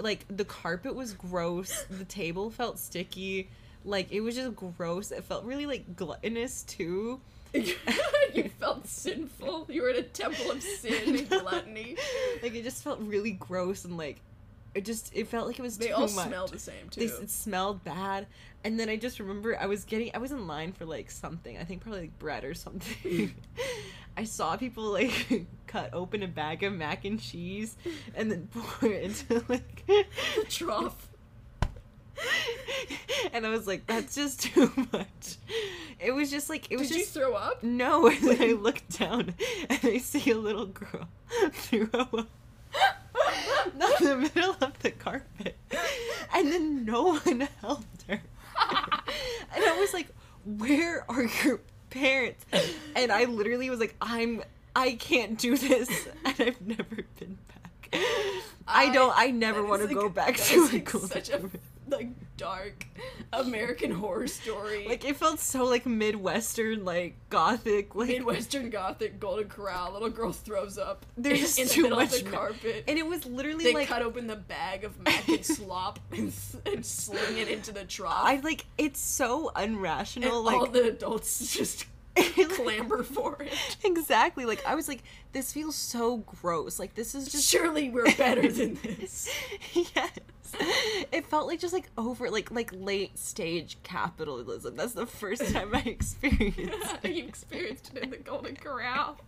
Speaker 1: Like the carpet was gross, the table felt sticky, like it was just gross. It felt really like gluttonous too.
Speaker 2: you felt sinful. You were in a temple of sin and gluttony.
Speaker 1: Like it just felt really gross and like it just it felt like it was
Speaker 2: They
Speaker 1: too
Speaker 2: all
Speaker 1: much.
Speaker 2: smell the same too.
Speaker 1: They s- it smelled bad, and then I just remember I was getting I was in line for like something I think probably like bread or
Speaker 2: Mm.
Speaker 1: something. I saw people like cut open a bag of mac and cheese and then pour it into like
Speaker 2: the trough.
Speaker 1: and I was like, that's just too much. It was just like it was
Speaker 2: Did you
Speaker 1: just
Speaker 2: throw up?
Speaker 1: no. And then I looked down and I see a little girl throw up not in the middle of the carpet, and then no one helped her. And I was like, where are your parents? And I literally was like, I'm I can't do this, and I've never been back. I,
Speaker 2: I-
Speaker 1: don't. I never
Speaker 2: That
Speaker 1: want to
Speaker 2: is, like-
Speaker 1: go back
Speaker 2: that
Speaker 1: to
Speaker 2: is,
Speaker 1: a
Speaker 2: like,
Speaker 1: golden
Speaker 2: such a
Speaker 1: corral.
Speaker 2: like dark American horror story.
Speaker 1: Like it felt so like midwestern, like gothic, like
Speaker 2: Midwestern Gothic Golden Corral. Little girl throws up
Speaker 1: There's just
Speaker 2: in the
Speaker 1: too
Speaker 2: middle
Speaker 1: much
Speaker 2: of the
Speaker 1: ma-
Speaker 2: carpet.
Speaker 1: and it was literally
Speaker 2: they
Speaker 1: like
Speaker 2: cut open the bag of mac and slop and, s- and sling it into the trough.
Speaker 1: I like it's so
Speaker 2: and
Speaker 1: unrational,
Speaker 2: all
Speaker 1: like
Speaker 2: the adults just clamber for it.
Speaker 1: exactly. Like I was like, this feels so gross. Like this is just
Speaker 2: Surely we're better than this.
Speaker 1: yes.
Speaker 3: It felt like just like over like like late stage capitalism. That's the first time I experienced. it.
Speaker 2: you experienced it in the Golden Corral.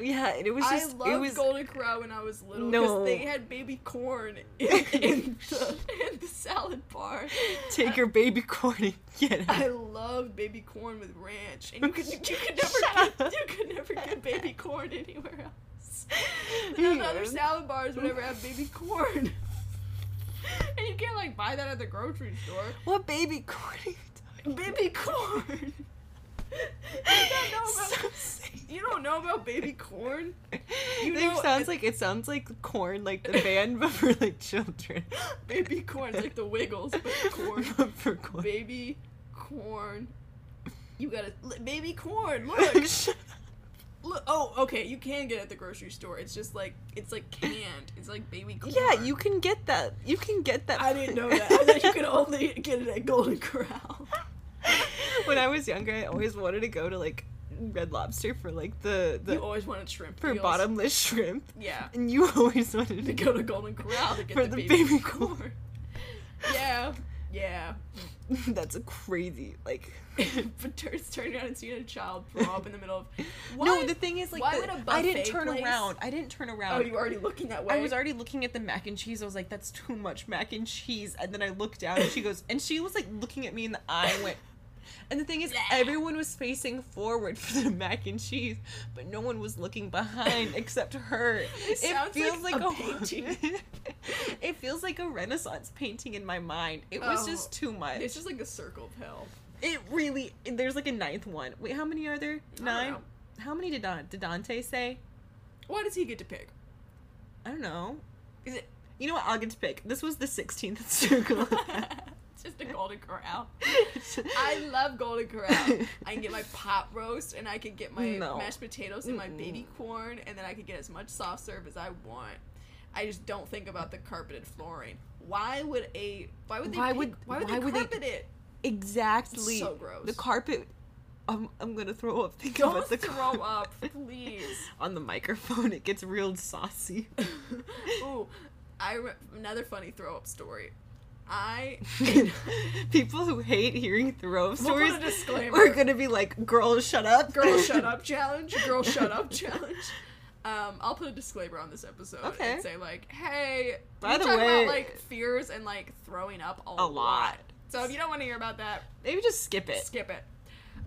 Speaker 3: Yeah, and it was
Speaker 2: I
Speaker 3: just
Speaker 2: loved
Speaker 3: it was
Speaker 2: Golden Corral when I was little because
Speaker 3: No.
Speaker 2: they had baby corn in, in, the, in the salad bar.
Speaker 3: take your baby corn and get
Speaker 2: I
Speaker 3: out.
Speaker 2: loved baby corn with ranch, and you could you could never
Speaker 3: Shut
Speaker 2: get,
Speaker 3: up.
Speaker 2: you could never get baby corn anywhere else. None of the other
Speaker 3: Yes.
Speaker 2: salad bars would ever have baby corn. And you can't like buy that at the grocery store.
Speaker 3: What baby corn? Are you talking
Speaker 2: Baby corn. you don't know about
Speaker 3: So sick.
Speaker 2: you don't know about baby corn.
Speaker 3: it
Speaker 2: You know-
Speaker 3: sounds like it sounds like corn, like the band, but for like children.
Speaker 2: Baby corn is like the Wiggles, but corn.
Speaker 3: But for corn.
Speaker 2: Baby corn. You gotta li- baby corn. Look,
Speaker 3: Shut
Speaker 2: look. Oh, okay. You can get it at the grocery store. It's just like it's like canned. It's like baby corn.
Speaker 3: Yeah, you can get that. You can get that.
Speaker 2: I didn't know that. I thought you could only get it at Golden Corral.
Speaker 3: when I was younger, I always wanted to go to like Red Lobster for like the
Speaker 2: You
Speaker 3: the
Speaker 2: always wanted shrimp.
Speaker 3: for
Speaker 2: deals.
Speaker 3: bottomless shrimp,
Speaker 2: Yeah.
Speaker 3: and you always wanted
Speaker 2: To
Speaker 3: to
Speaker 2: go to Golden Corral to get
Speaker 3: For
Speaker 2: the,
Speaker 3: the
Speaker 2: baby,
Speaker 3: baby
Speaker 2: corn. yeah. Yeah.
Speaker 3: That's a crazy like.
Speaker 2: but turns turning around and seeing a child throw up in the middle of.
Speaker 1: No,
Speaker 2: Why-
Speaker 1: the thing is, like,
Speaker 2: why
Speaker 1: the-
Speaker 2: would a
Speaker 1: I didn't
Speaker 2: buffet
Speaker 1: turn
Speaker 2: place-
Speaker 1: around. I didn't turn
Speaker 2: Oh,
Speaker 1: around.
Speaker 2: you were already looking that way.
Speaker 1: I was already looking at the mac and cheese. I was like, that's too much mac and cheese. And then I looked down and she goes, and she was like looking at me in the eye and went, and the thing is, everyone was facing forward for the mac and cheese, but no one was looking behind except her. It,
Speaker 2: sounds
Speaker 1: feels
Speaker 2: like
Speaker 1: like,
Speaker 2: a
Speaker 1: a,
Speaker 2: painting.
Speaker 1: it feels like a Renaissance painting in my mind. It was
Speaker 2: Oh,
Speaker 1: just too much.
Speaker 2: It's just like the circle of hell.
Speaker 1: It really. There's like a ninth one. Wait, how many are there?
Speaker 2: don't
Speaker 1: Nine.
Speaker 2: know.
Speaker 1: How many did Don did Dante say?
Speaker 2: Why does he get to pick?
Speaker 1: I don't know.
Speaker 2: Is it?
Speaker 1: You know what? I'll get to pick. This was the 16th circle.
Speaker 2: it's just a Golden Corral. I love Golden Corral. I can get my pot roast, and I can get my
Speaker 3: No.
Speaker 2: mashed potatoes and my baby corn, and then I can get as much soft serve as I want. I just don't think about the carpeted flooring. Why would a? Why would they?
Speaker 3: Why
Speaker 2: pick-
Speaker 3: would-
Speaker 2: why would
Speaker 3: why
Speaker 2: they
Speaker 3: would they-
Speaker 2: carpet it?
Speaker 3: exactly.
Speaker 2: So gross.
Speaker 3: The carpet. I'm, I'm gonna throw up. Think
Speaker 2: Don't
Speaker 3: about the
Speaker 2: throw
Speaker 3: carpet.
Speaker 2: up, please.
Speaker 3: On the microphone, it gets real saucy.
Speaker 2: Ooh, I re- another funny throw up story. I
Speaker 3: People who hate hearing throw up
Speaker 2: We'll put
Speaker 3: stories
Speaker 2: a disclaimer.
Speaker 3: are gonna be like, "Girl, shut up."
Speaker 2: girl shut up challenge. Girl shut up challenge. Um, I'll put a disclaimer on this episode
Speaker 3: Okay.
Speaker 2: and say like, hey,
Speaker 3: By
Speaker 2: we
Speaker 3: the
Speaker 2: talk
Speaker 3: way-
Speaker 2: about like fears and like throwing up a,
Speaker 3: A lot.
Speaker 2: So if you don't want to hear about that,
Speaker 3: Maybe just skip it.
Speaker 2: skip it,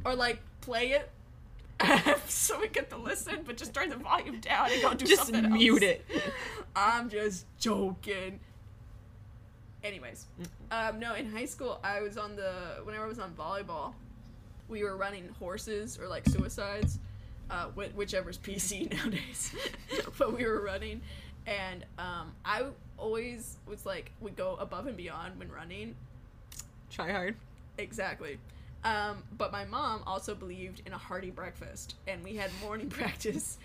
Speaker 2: or like play it. so we get to listen, but just turn the volume down and go do
Speaker 3: just
Speaker 2: something else.
Speaker 3: mute it.
Speaker 2: I'm just joking. Anyways, um, no, in high school, I was on the whenever I was on volleyball, we were running horses or like suicides, uh, wh- whichever's PC nowadays. but we were running, and um, I always was like would go above and beyond when running.
Speaker 3: Try hard.
Speaker 2: Exactly. Um, but my mom also believed in a hearty breakfast, and we had morning practice,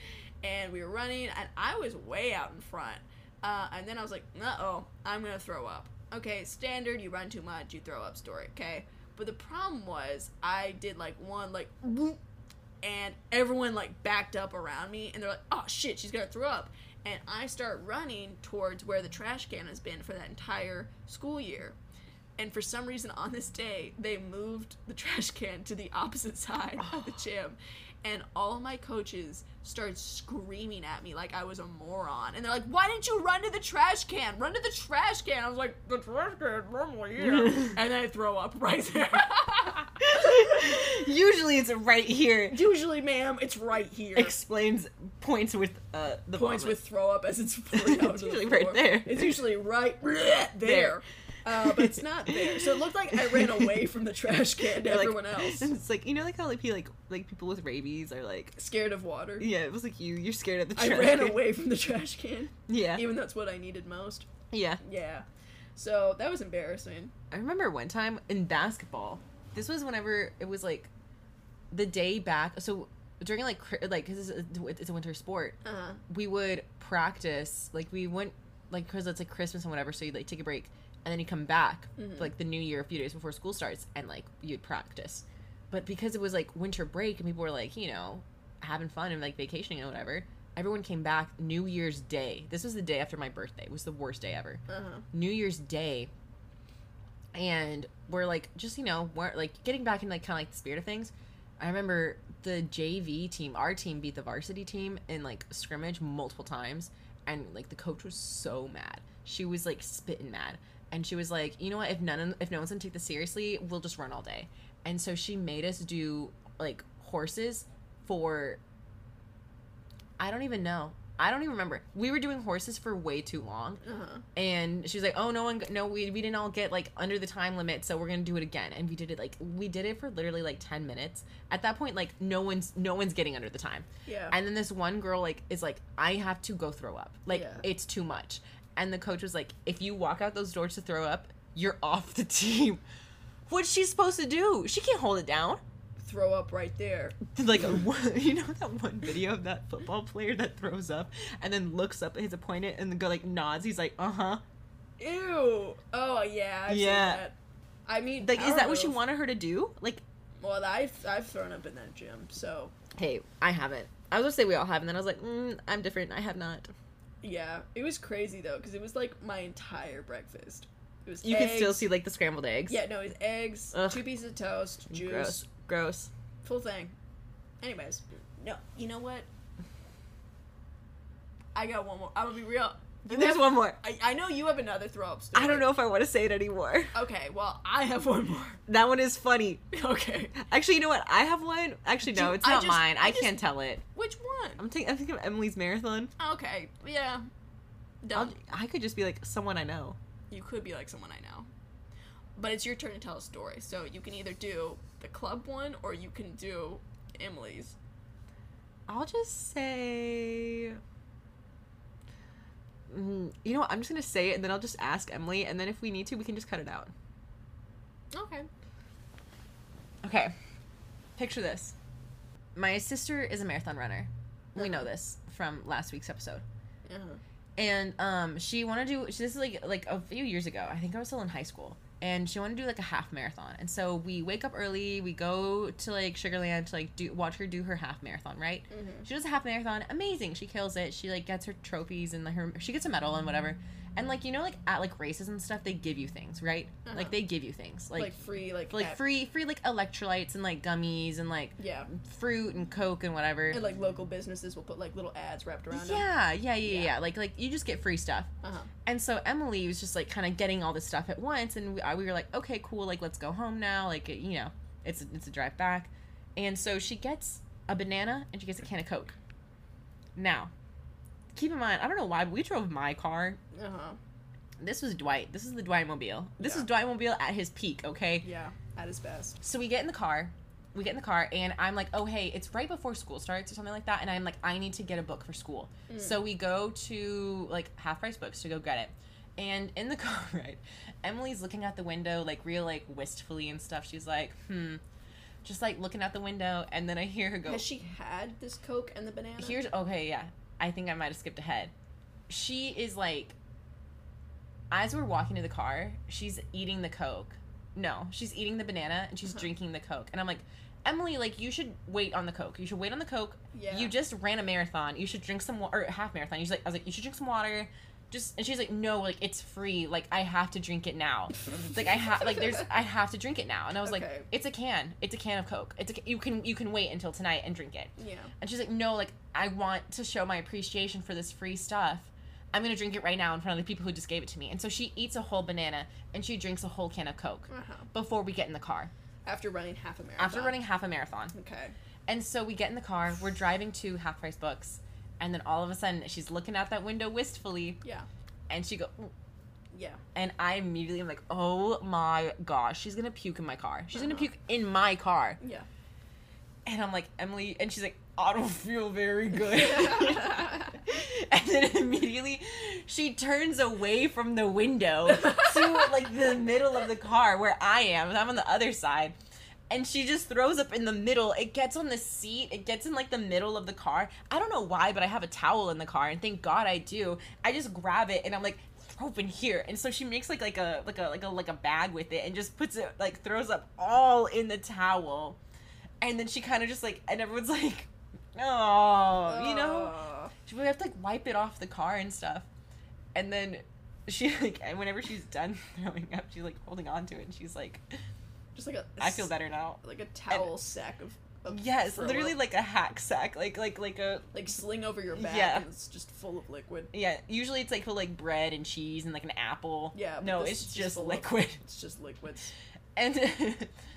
Speaker 2: and we were running, and I was way out in front. Uh, and then I was like, uh oh, I'm gonna throw up. Okay, standard, you run too much, you throw up story, okay? But the problem was, I did like one, like, whoop, and everyone like backed up around me, and they're like, oh shit, she's gonna throw up. And I start running towards where the trash can has been for that entire school year and for some reason on this day they moved the trash can to the opposite side of the gym and all of my coaches started screaming at me like i was a moron and they're like why didn't you run to the trash can run to the trash can i was like the trash can normally here and then i throw up right there
Speaker 3: Usually, it's right here.
Speaker 2: usually ma'am it's right here
Speaker 3: Explains points with uh the
Speaker 2: points with throw up as it's pouring out
Speaker 3: It's
Speaker 2: onto the
Speaker 3: usually right
Speaker 2: floor.
Speaker 3: there.
Speaker 2: It's usually right there. Uh, but it's not there. So it looked like I ran away from the trash can to
Speaker 3: They're
Speaker 2: everyone
Speaker 3: like,
Speaker 2: else.
Speaker 3: It's like you know, like how like people like like people with rabies are like.
Speaker 2: Scared of water.
Speaker 3: Yeah, it was like you. You're scared of the
Speaker 2: I
Speaker 3: trash.
Speaker 2: ran
Speaker 3: can.
Speaker 2: away from the trash can,
Speaker 3: Yeah,
Speaker 2: even though it's what I needed most.
Speaker 3: yeah.
Speaker 2: Yeah. So that was embarrassing.
Speaker 1: I remember one time in basketball. This was whenever it was like the day back. So during like cri- like because it's, a- it's a winter sport,
Speaker 2: Uh-huh.
Speaker 1: we would practice. Like we went like because it's like Christmas and whatever. So you like take a break and then you come back for, like the new year a few days before school starts and like you'd practice. But because it was like winter break and people were like you know having fun and like vacationing and whatever, Everyone came back New Year's Day. This was the day after my birthday. It was the worst day ever.
Speaker 2: Uh-huh.
Speaker 1: New Year's Day, and we're like just you know we're like getting back in like kind of like the spirit of things. I remember the JV team, our team beat the varsity team in like scrimmage multiple times, and like the coach was so mad. She was like spitting mad, and she was like, you know what? If none, if no one's gonna take this seriously, we'll just run all day. And so she made us do like horses for. I don't even know. I don't even remember. We were doing horses for way too long
Speaker 2: Uh-huh.
Speaker 1: and she was like, "Oh, no one, no, we, we didn't all get like under the time limit, so we're gonna do it again." And we did it like we did it for literally like ten minutes. At that point, like no one's no one's getting under the time.
Speaker 2: Yeah.
Speaker 1: And then this one girl like is like, "I have to go throw up. Like
Speaker 2: Yeah.
Speaker 1: it's too much." And the coach was like, "If you walk out those doors to throw up, you're off the team." What's she supposed to do? She can't hold it down.
Speaker 2: Throw up right there.
Speaker 1: Like you know that one video of that football player that throws up and then looks up at his opponent and the guy like nods. He's like, "Uh huh."
Speaker 2: Ew. Oh yeah. I've
Speaker 1: Yeah.
Speaker 2: Seen that. I mean,
Speaker 1: Like,
Speaker 2: I
Speaker 1: is
Speaker 2: don't
Speaker 1: that
Speaker 2: know
Speaker 1: what you
Speaker 2: if-
Speaker 1: wanted her to do? Like,
Speaker 2: Well, I've I've thrown up in that gym, so
Speaker 1: hey, I haven't. I was gonna say we all have, and then I was like, mm, I'm different. I have not.
Speaker 2: yeah, it was crazy though because it was like my entire breakfast. It was
Speaker 1: You can still
Speaker 2: eggs-
Speaker 1: see like the scrambled eggs.
Speaker 2: Yeah, no, it was eggs,
Speaker 1: Ugh.
Speaker 2: two pieces of toast, juice,
Speaker 1: gross, gross.
Speaker 2: full thing. Anyways, no, you know what? I got one more. I'm gonna be real. You
Speaker 1: There's
Speaker 2: have-
Speaker 1: one more.
Speaker 2: I, I know you have another throw up story.
Speaker 1: I don't know if I want to say it anymore.
Speaker 2: Okay, well, I have one more.
Speaker 1: That one is funny.
Speaker 2: Okay.
Speaker 1: Actually, you know what? I have one. Actually, no,
Speaker 2: Do-
Speaker 1: it's
Speaker 2: I
Speaker 1: not
Speaker 2: just-
Speaker 1: mine. I,
Speaker 2: I just-
Speaker 1: can't tell it.
Speaker 2: Which one?
Speaker 1: I'm thinking. I'm thinking of Emily's marathon.
Speaker 2: Okay, yeah.
Speaker 1: I'll,
Speaker 2: Done.
Speaker 1: I could just be like someone I know.
Speaker 2: You could be like someone I know. But it's your turn to tell a story. So you can either do the club one or you can do Emily's.
Speaker 1: I'll just say. Mm, You know what? I'm just gonna say it, and then I'll just ask Emily, and then if we need to, we can just cut it out.
Speaker 2: Okay.
Speaker 1: Okay. Picture this. My sister is a marathon runner. We know this from last week's episode.
Speaker 2: Uh-huh.
Speaker 1: And um she wanted to do this is like like a few years ago. I think I was still in high school. And she wanted to do like a half marathon. And so we wake up early, we go to like Sugarland to like do watch her do her half marathon, right?
Speaker 2: Mm-hmm.
Speaker 1: She does a half marathon, amazing. She kills it. She like gets her trophies and like, her she gets a medal and whatever. And like you know like at like races and stuff, they give you things, right? Like
Speaker 2: Uh-huh.
Speaker 1: they give you things.
Speaker 2: Like,
Speaker 1: Like
Speaker 2: free, like
Speaker 1: like
Speaker 2: app-
Speaker 1: free free like electrolytes and like gummies and like
Speaker 2: Yeah.
Speaker 1: fruit and coke and whatever.
Speaker 2: And like local businesses will put like little ads wrapped around them.
Speaker 1: yeah, yeah, yeah, yeah,
Speaker 2: Yeah.
Speaker 1: Like like you just get free stuff.
Speaker 2: Uh-huh.
Speaker 1: And so Emily was just like kind of getting all this stuff at once, and we, I, we were like, okay, cool, like let's go home now. Like you know, it's it's a drive back, and so she gets a banana and she gets a can of coke. Now, keep in mind, I don't know why, but we drove my car.
Speaker 2: Uh-huh.
Speaker 1: This was Dwight. This is the Dwight Mobile. This
Speaker 2: Yeah.
Speaker 1: is Dwight Mobile at his peak. Okay.
Speaker 2: Yeah. At his best.
Speaker 1: So we get in the car. We get in the car, and I'm like, oh, hey, it's right before school starts or something like that. And I'm like, I need to get a book for school. So we go to like half price books to go get it. And in the car ride, Emily's looking out the window, like, real, like, wistfully and stuff. She's like, hmm, just like looking out the window. And then I hear her go,
Speaker 2: Has she had this Coke and the banana?
Speaker 1: Here's okay, yeah. I think I might have skipped ahead. She is like as we're walking to the car, she's eating the Coke. No, she's eating the banana and she's
Speaker 2: Uh-huh.
Speaker 1: drinking the Coke. And I'm like, Emily, like you should wait on the Coke. You should wait on the Coke.
Speaker 2: Yeah.
Speaker 1: You just ran a marathon. You should drink some wa- or half marathon. She's like, I was like, you should drink some water. Just and she's like, no, like it's free. Like I have to drink it now. like I have, like there's, I have to drink it now. And I was
Speaker 2: Okay.
Speaker 1: like, it's a can. It's a can of Coke. It's a, ca- you can you can wait until tonight and drink it.
Speaker 2: Yeah.
Speaker 1: And she's like, no, like, I want to show my appreciation for this free stuff. I'm going to drink it right now in front of the people who just gave it to me. And so she eats a whole banana and she drinks a whole can of Coke
Speaker 2: Uh-huh.
Speaker 1: before we get in the car
Speaker 2: After running half a marathon.
Speaker 1: after running half a marathon.
Speaker 2: Okay.
Speaker 1: And so we get in the car, we're driving to Half Price Books. And then all of a sudden, she's looking out that window wistfully
Speaker 2: Yeah.
Speaker 1: and she go, "Ooh."
Speaker 2: Yeah.
Speaker 1: and I immediately am like, oh my gosh, she's going to puke in my car. She's going to puke in my car.
Speaker 2: Yeah.
Speaker 1: And I'm like, Emily, and she's like, I don't feel very good. and then immediately she turns away from the window to like the middle of the car where I am. I'm on the other side. And she just throws up in the middle. It gets on the seat. It gets in like the middle of the car. I don't know why, but I have a towel in the car, and thank God I do. I just grab it and I'm like, throw up in here. And so she makes like like a like a like a like a bag with it and just puts it like throws up all in the towel and then she kind of just like and everyone's like oh you know
Speaker 2: Oh.
Speaker 1: She would have to like wipe it off the car and stuff. And then she like and whenever she's done throwing up, she's like holding on to it and she's like,
Speaker 2: Just like a
Speaker 1: I feel better now.
Speaker 2: Like a towel sack of, of
Speaker 1: Yes,
Speaker 2: throw
Speaker 1: literally
Speaker 2: up.
Speaker 1: like a hack sack, like like like a
Speaker 2: like sling over your back
Speaker 1: Yeah.
Speaker 2: and it's just full of liquid.
Speaker 1: yeah. Usually it's like for like bread and cheese and like an apple.
Speaker 2: Yeah, but
Speaker 1: No,
Speaker 2: this
Speaker 1: it's
Speaker 2: is just
Speaker 1: just
Speaker 2: a lo-
Speaker 1: liquid.
Speaker 2: It's just liquids.
Speaker 1: And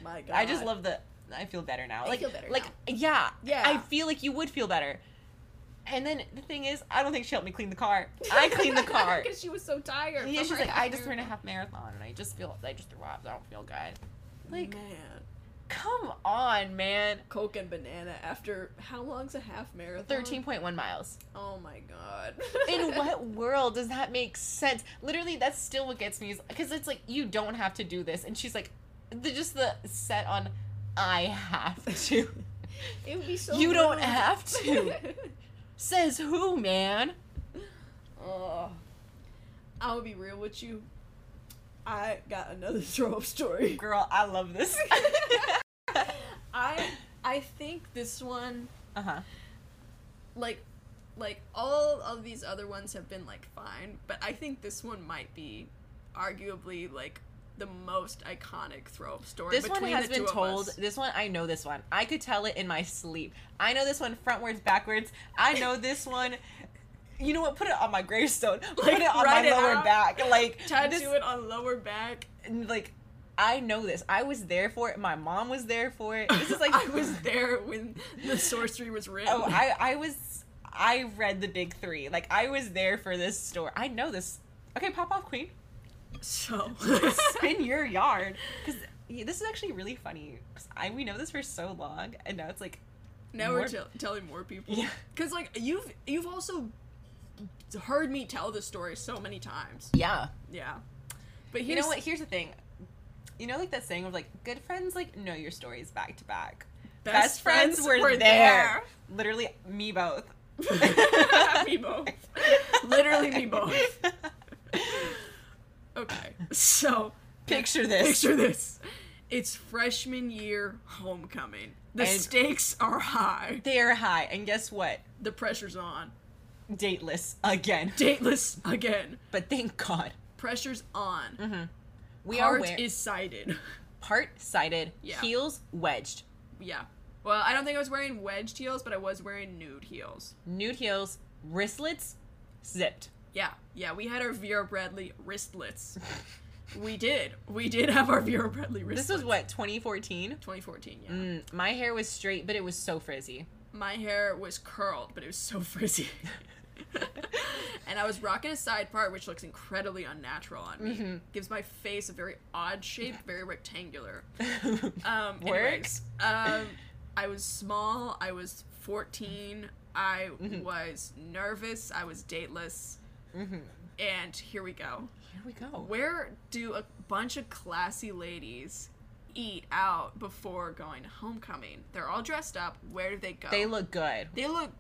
Speaker 2: My god.
Speaker 1: I just love the. I feel better now.
Speaker 2: I
Speaker 1: like,
Speaker 2: feel better
Speaker 1: Like,
Speaker 2: now.
Speaker 1: yeah,
Speaker 2: Yeah.
Speaker 1: I feel like you would feel better. And then the thing is, I don't think she helped me clean the car. I cleaned the car.
Speaker 2: because she was so tired.
Speaker 1: yeah,
Speaker 2: from
Speaker 1: she's
Speaker 2: her
Speaker 1: like, I just
Speaker 2: afternoon-
Speaker 1: ran a half marathon and I just feel, I just threw up. I don't feel good.
Speaker 2: Mm-hmm.
Speaker 1: Like,
Speaker 2: man,
Speaker 1: come on, man.
Speaker 2: Coke and banana after how long's a half marathon?
Speaker 1: Thirteen point one miles.
Speaker 2: Oh my god.
Speaker 1: In what world does that make sense? Literally, that's still what gets me, because it's like you don't have to do this, and she's like, the, just the set on, I have to.
Speaker 2: It would be so.
Speaker 1: You don't
Speaker 2: rude.
Speaker 1: have to. Says who, man?
Speaker 2: oh, I will be real with you. I got another throw up story.
Speaker 1: Girl, I love this. uh
Speaker 2: I I think this one
Speaker 1: huh.
Speaker 2: like like all of these other ones have been like fine, but I think this one might be arguably like the most iconic throw up story.
Speaker 1: This one
Speaker 2: between
Speaker 1: has
Speaker 2: the two
Speaker 1: been
Speaker 2: of
Speaker 1: told.
Speaker 2: us.
Speaker 1: This one, I know this one. I could tell it in my sleep. I know this one frontwards, backwards. I know this one. You know what? Put it on my gravestone. Put
Speaker 2: Like,
Speaker 1: it on my
Speaker 2: write it
Speaker 1: lower
Speaker 2: out.
Speaker 1: back. Like
Speaker 2: Tattoo
Speaker 1: this,
Speaker 2: it on lower back.
Speaker 1: like I know this. I was there for it. My mom was there for it. This is like
Speaker 2: I was there when the sorcery was written.
Speaker 1: Oh, I I was I read the big three. Like I was there for this store. I know this. Okay, pop off, queen.
Speaker 2: so
Speaker 1: spin your yarn because this is actually really funny 'cause I we know this for so long and now it's like
Speaker 2: now
Speaker 1: more-
Speaker 2: we're tell telling more people.
Speaker 1: Yeah.
Speaker 2: Cause like you've you've also heard me tell this story so many times.
Speaker 1: yeah
Speaker 2: Yeah. But here's,
Speaker 1: you know what here's the thing you know like that saying of like good friends like know your stories back to back best, friends, were, there. literally me both
Speaker 2: there. me both. Literally me both. Okay. So
Speaker 1: picture this
Speaker 2: picture this. It's freshman year homecoming. The
Speaker 1: And-
Speaker 2: stakes are high.
Speaker 1: they're high and guess what
Speaker 2: The pressure's on.
Speaker 1: dateless again
Speaker 2: Dateless again.
Speaker 1: but thank god
Speaker 2: Pressure's on.
Speaker 1: Mm-hmm. we are
Speaker 2: Art
Speaker 1: wear-
Speaker 2: is cited.
Speaker 1: part sided
Speaker 2: Yeah.
Speaker 1: heels wedged
Speaker 2: yeah. Well, I don't think I was wearing wedged heels, but I was wearing nude heels.
Speaker 1: nude heels wristlets zipped
Speaker 2: Yeah, yeah, we had our Vera Bradley wristlets. we did. We did have our Vera Bradley wristlets.
Speaker 1: This was what 2014.
Speaker 2: 2014, yeah.
Speaker 1: Mm, my hair was straight, but it was so frizzy.
Speaker 2: My hair was curled, but it was so frizzy. and I was rocking a side part, which looks incredibly unnatural on me.
Speaker 1: Mm-hmm.
Speaker 2: Gives my face a very odd shape, very rectangular. Um,
Speaker 1: Works.
Speaker 2: anyways, Um, I was small. I was 14. I
Speaker 1: Mm-hmm.
Speaker 2: was nervous. I was dateless. And here we go.
Speaker 1: Here we go.
Speaker 2: Where do a bunch of classy ladies eat out before going to homecoming? They're all dressed up. Where do they go?
Speaker 1: They look good.
Speaker 2: They look